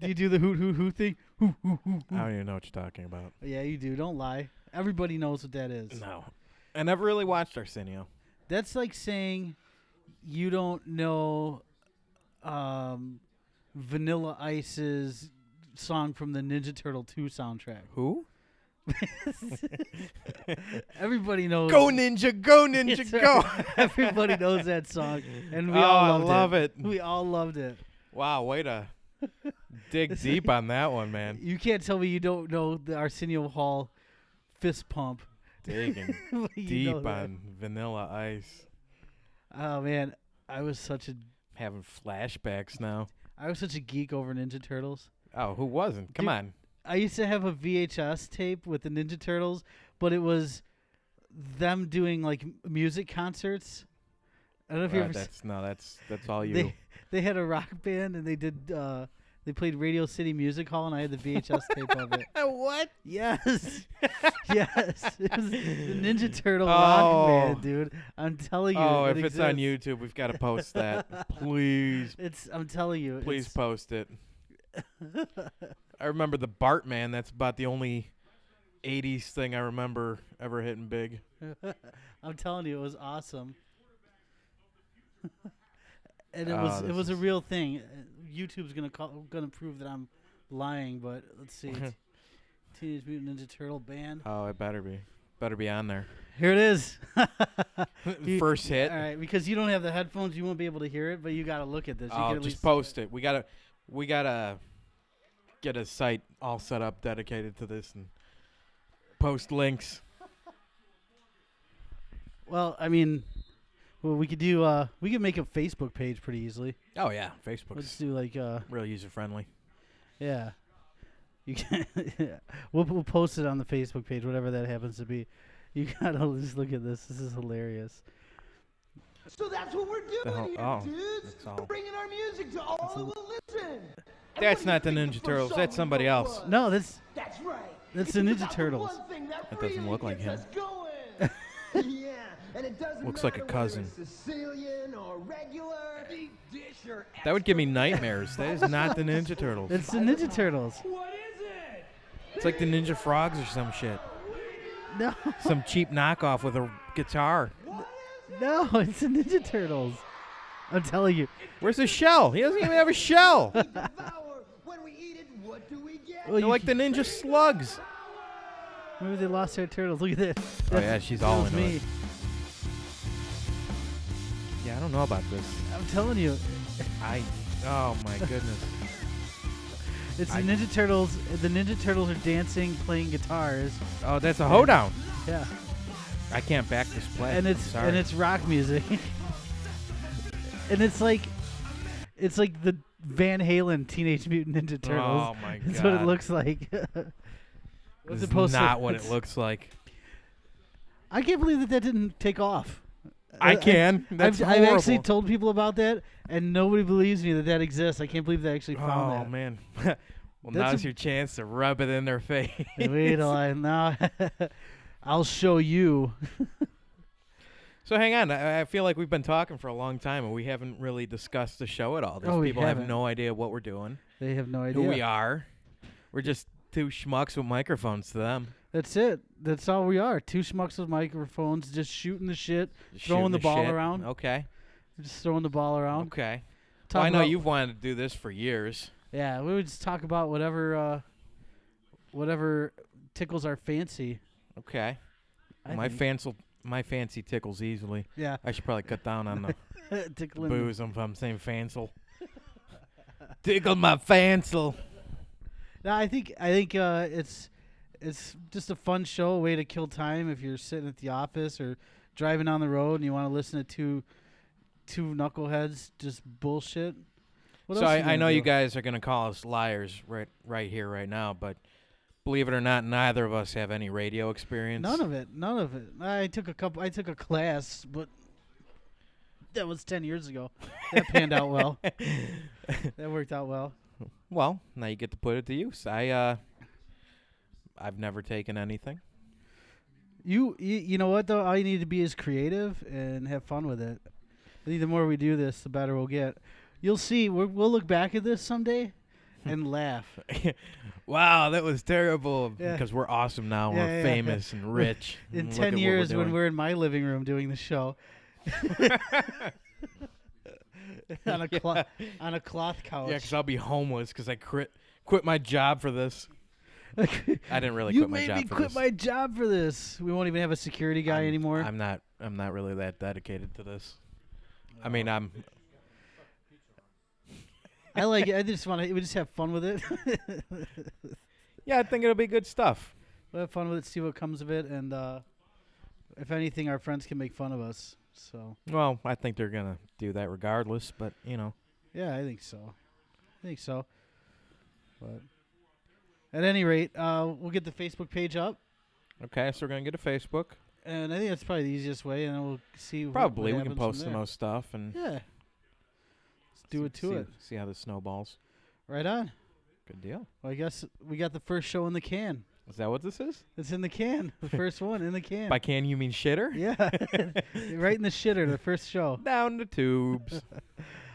S1: do you do the hoot hoot hoot thing? Hoot, hoot, hoot,
S2: I
S1: hoot.
S2: don't even know what you're talking about.
S1: Yeah, you do. Don't lie. Everybody knows what that is.
S2: No. I never really watched Arsenio.
S1: That's like saying you don't know um, Vanilla Ice's song from the Ninja Turtle 2 soundtrack.
S2: Who?
S1: Everybody knows.
S2: Go Ninja, go
S1: It's
S2: Ninja,
S1: right.
S2: go!
S1: Everybody knows that song, and we
S2: Oh, I
S1: all loved
S2: love
S1: it.
S2: it.
S1: We all loved it.
S2: wow, way to dig deep on that one, man.
S1: You can't tell me you don't know the Arsenio Hall fist pump.
S2: Digging
S1: You know
S2: deep
S1: that.
S2: on Vanilla Ice.
S1: Oh man, I was such a
S2: Having flashbacks now.
S1: I was such a geek over Ninja Turtles.
S2: Oh, who wasn't? Come
S1: Dude.
S2: on.
S1: I used to have a VHS tape with the Ninja Turtles, but it was them doing like m- music concerts. I don't know if you
S2: Uh,
S1: ever s-
S2: that's no, that's that's all you.
S1: they they had a rock band and they did uh They played Radio City Music Hall, and I had the VHS tape of it.
S4: what?
S1: Yes, yes. It was the Ninja Turtle oh.
S2: Oh.
S1: Rockman, dude. I'm telling you.
S2: Oh,
S1: it
S2: if it's on
S1: exists.
S2: YouTube, we've got to post that. Please,
S1: it's. I'm telling you.
S2: please
S1: it's-
S2: post it. I remember the Bartman. That's about the only '80s thing I remember ever hitting big.
S1: I'm telling you, it was awesome. and it
S2: Oh,
S1: was it
S2: this
S1: was a
S2: is-
S1: real thing. Uh, YouTube's gonna call, gonna prove that I'm lying, but let's see. It's Teenage Mutant Ninja Turtle band.
S2: Oh, it better be, better be on there.
S1: Here it is. You-
S2: First hit.
S1: All right, because you don't have the headphones, you won't be able to hear it. But you gotta look at this. You
S2: Oh,
S1: can at
S2: just
S1: least,
S2: post it. We gotta, we gotta get a site all set up dedicated to this and post links.
S1: well, I mean, well, we could do. Uh, we could make a Facebook page pretty easily.
S2: Oh yeah, Facebook's
S1: Let's do like, uh,
S2: real user friendly.
S1: yeah. You can, yeah. We'll, we'll post it on the Facebook page, whatever that happens to be. You gotta just look at this. This is hilarious.
S7: So that's what we're doing
S2: The hell-
S7: here,
S2: oh,
S7: dudes.
S2: that's all.
S7: We're bringing our music to all who will listen.
S2: That's
S7: And what do you
S2: not the
S7: think
S2: Ninja
S7: first
S2: Turtles,
S7: song
S2: that's
S7: we
S2: somebody
S7: wrote
S2: else.
S7: was?
S1: No, that's
S7: That's right.
S1: That's
S7: It's
S1: the Ninja
S7: about the
S1: Turtles.
S7: one thing that
S2: That doesn't
S7: really
S2: look like
S7: gets
S2: him.
S7: us going. yeah, and it doesn't
S2: Looks like a
S7: matter whether
S2: cousin.
S7: it's Sicilian or regular, deep dish or
S2: That would give me nightmares. That is not the Ninja Turtles.
S1: it's the Ninja Turtles.
S7: What is it?
S2: It's like the Ninja Frogs or some shit.
S1: No,
S2: Some cheap knockoff with a guitar.
S1: no, it's the Ninja Turtles. I'm telling you.
S2: Where's his shell? He doesn't even have a shell.
S7: Devour. When we eat it, what do we get?
S1: Well,
S2: They're
S1: you
S2: like the
S1: can-
S2: Ninja Slugs.
S1: Maybe they lost their turtles. Look at this.
S2: Oh yeah, she's all
S1: That was
S2: into
S1: me.
S2: it. Yeah, I don't know about this.
S1: I'm telling you,
S2: I. Oh my goodness.
S1: it's
S2: I-
S1: the Ninja Turtles. The Ninja Turtles are dancing, playing guitars.
S2: Oh, that's a hoedown.
S1: Yeah,
S2: I can't back this play.
S1: and
S2: I'm
S1: it's
S2: sorry.
S1: and it's rock music. and it's like, it's like the Van Halen Teenage Mutant Ninja Turtles.
S2: Oh my god.
S1: That's what it looks like.
S2: This
S1: What's
S2: is
S1: it posted?
S2: not what it
S1: It's-
S2: looks like.
S1: I can't believe that that didn't take off.
S2: I
S1: I-
S2: can. That's
S1: I've, I've actually
S2: horrible.
S1: told people about that, and nobody believes me that that exists. I can't believe they actually found
S2: Oh
S1: that.
S2: man. well,
S1: That's
S2: now's
S1: a-
S2: your chance to rub it in their face.
S1: Wait till I now. I'll show you.
S2: so hang on. I, I feel like we've been talking for a long time and we haven't really discussed the show at all. These
S1: Oh, we
S2: people have
S1: haven't.
S2: no idea what we're doing,
S1: They have no idea.
S2: who we are. We're just two schmucks with microphones to them.
S1: That's it. That's all we are. Two schmucks with microphones, just shooting the shit,
S2: Just shooting
S1: throwing the, ball
S2: shit.
S1: around,
S2: Okay.
S1: just throwing the ball around.
S2: Okay. Well,
S1: Talk
S2: I know
S1: about-
S2: you've wanted to do this for years.
S1: Yeah, we would just talk about whatever, uh, whatever tickles our fancy.
S2: Okay.
S1: I
S2: my
S1: think.
S2: fancy my fancy tickles easily.
S1: Yeah,
S2: I should probably cut down on the
S1: tickling.
S2: booze if I'm saying fancil. Tickle my fancil.
S1: No, I think I think uh, it's it's just a fun show, a way to kill time if you're sitting at the office or driving on the road and you want to listen to two two knuckleheads just bullshit. What
S2: so
S1: else you
S2: I, I
S1: gonna
S2: know you
S1: do?
S2: guys are gonna call us liars right right here right now, but believe it or not, neither of us have any radio experience.
S1: None of it. None of it. I took a couple. I took a class, but that was ten years ago. That panned out well. That worked out well.
S2: Well, now you get to put it to use. I uh, I've never taken anything.
S1: You you, you know what though? All you need to be is creative and have fun with it. I think the more we do this, the better we'll get. You'll see. We're, we'll look back at this someday
S2: Hmm.
S1: and laugh.
S2: Wow, that was terrible.
S1: Yeah.
S2: Because we're awesome now.
S1: Yeah,
S2: we're
S1: yeah, yeah.
S2: famous and rich.
S1: In
S2: and look at
S1: ten
S2: what
S1: years, when
S2: doing.
S1: we're in my living room doing the show. on a cloth on a cloth
S2: yeah,
S1: couch.
S2: because I'll be homeless because I quit quit my job for this. I didn't really
S1: you
S2: quit my
S1: made
S2: job
S1: me
S2: for
S1: quit
S2: this.
S1: my job for this. We won't even have a security guy anymore.
S2: I'm not. I'm not really that dedicated to this. I mean,
S1: Oh.
S2: I'm.
S1: I like it. I just want to. We just have fun with it.
S2: Yeah, I think it'll be good stuff.
S1: we'll have fun with it. See what comes of it, and uh, if anything, our friends can make fun of us. So
S2: Well, I think they're gonna do that regardless. But you know,
S1: yeah, I think so. I think so. But at any rate, uh, we'll get the Facebook page up,
S2: okay. So we're gonna get a Facebook.
S1: and I think that's probably the easiest way. And then we'll see. what-
S2: Probably
S1: what
S2: we
S1: happens
S2: can
S1: from
S2: post the
S1: there.
S2: most stuff and
S1: Yeah. Let's do
S2: see-
S1: it to
S2: see,
S1: it.
S2: See how this snowballs.
S1: Right on.
S2: Good deal.
S1: Well, I guess we got the first show in the can.
S2: Is that what this is?
S1: It's in the can. The first one in the can.
S2: By can you mean shitter?
S1: yeah. right in the shitter, the first show.
S2: Down the tubes.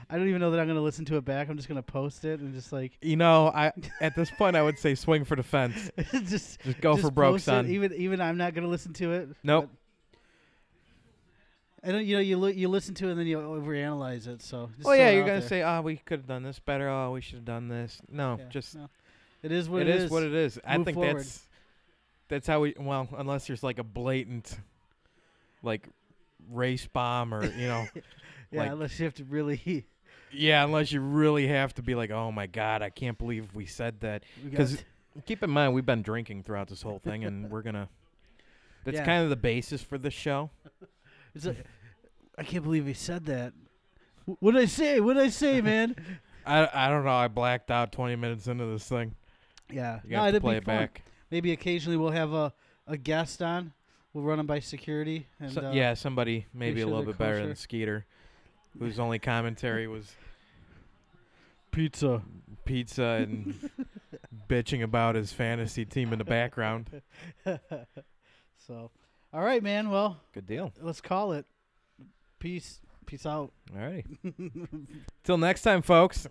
S1: I don't even know that I'm going to listen to it back. I'm just going to post it and just like
S2: you know, I at this point I would say swing for the fence.
S1: just
S2: Just go for broke,
S1: post it.
S2: son.
S1: Even even I'm not going to listen to it.
S2: Nope.
S1: I don't uh, you know you li- you listen to it and then you overanalyze it. So just
S2: Oh
S1: throw
S2: yeah,
S1: it
S2: you're
S1: out
S2: gonna
S1: there.
S2: say, "Oh, we could have done this better. Oh, we should have done this." No,
S1: Yeah,
S2: just
S1: no. it is what
S2: it is, what it is. I
S1: Move
S2: think
S1: forward.
S2: that's that's how we. Well, unless there's like a blatant, like, race bomb or you know,
S1: Yeah,
S2: like-
S1: unless you have to really
S2: yeah. Unless you really have to be like, "Oh my god, I can't believe we said that."
S1: we got-
S2: Because keep in mind, we've been drinking throughout this whole thing, and we're gonna. That's
S1: Yeah.
S2: kind of the basis for this show.
S1: it's like, I can't believe he said that. Wh- What did I say? What did I say, man?
S2: I I don't know. I blacked out 20 minutes into this thing.
S1: Yeah,
S2: You
S1: no,
S2: have to
S1: it'd
S2: play
S1: be
S2: it
S1: fun.
S2: back.
S1: Maybe occasionally we'll have a, a guest on. We'll run them by security. And,
S2: So-
S1: uh,
S2: yeah, somebody maybe a
S1: sure
S2: little
S1: they're
S2: bit better
S1: kosher.
S2: than Skeeter, whose only commentary was
S1: pizza.
S2: pizza and bitching about his fantasy team in the background.
S1: So, all right, man. Well,
S2: Good deal.
S1: let's call it. Peace. Peace out.
S2: All right. Till next time, folks.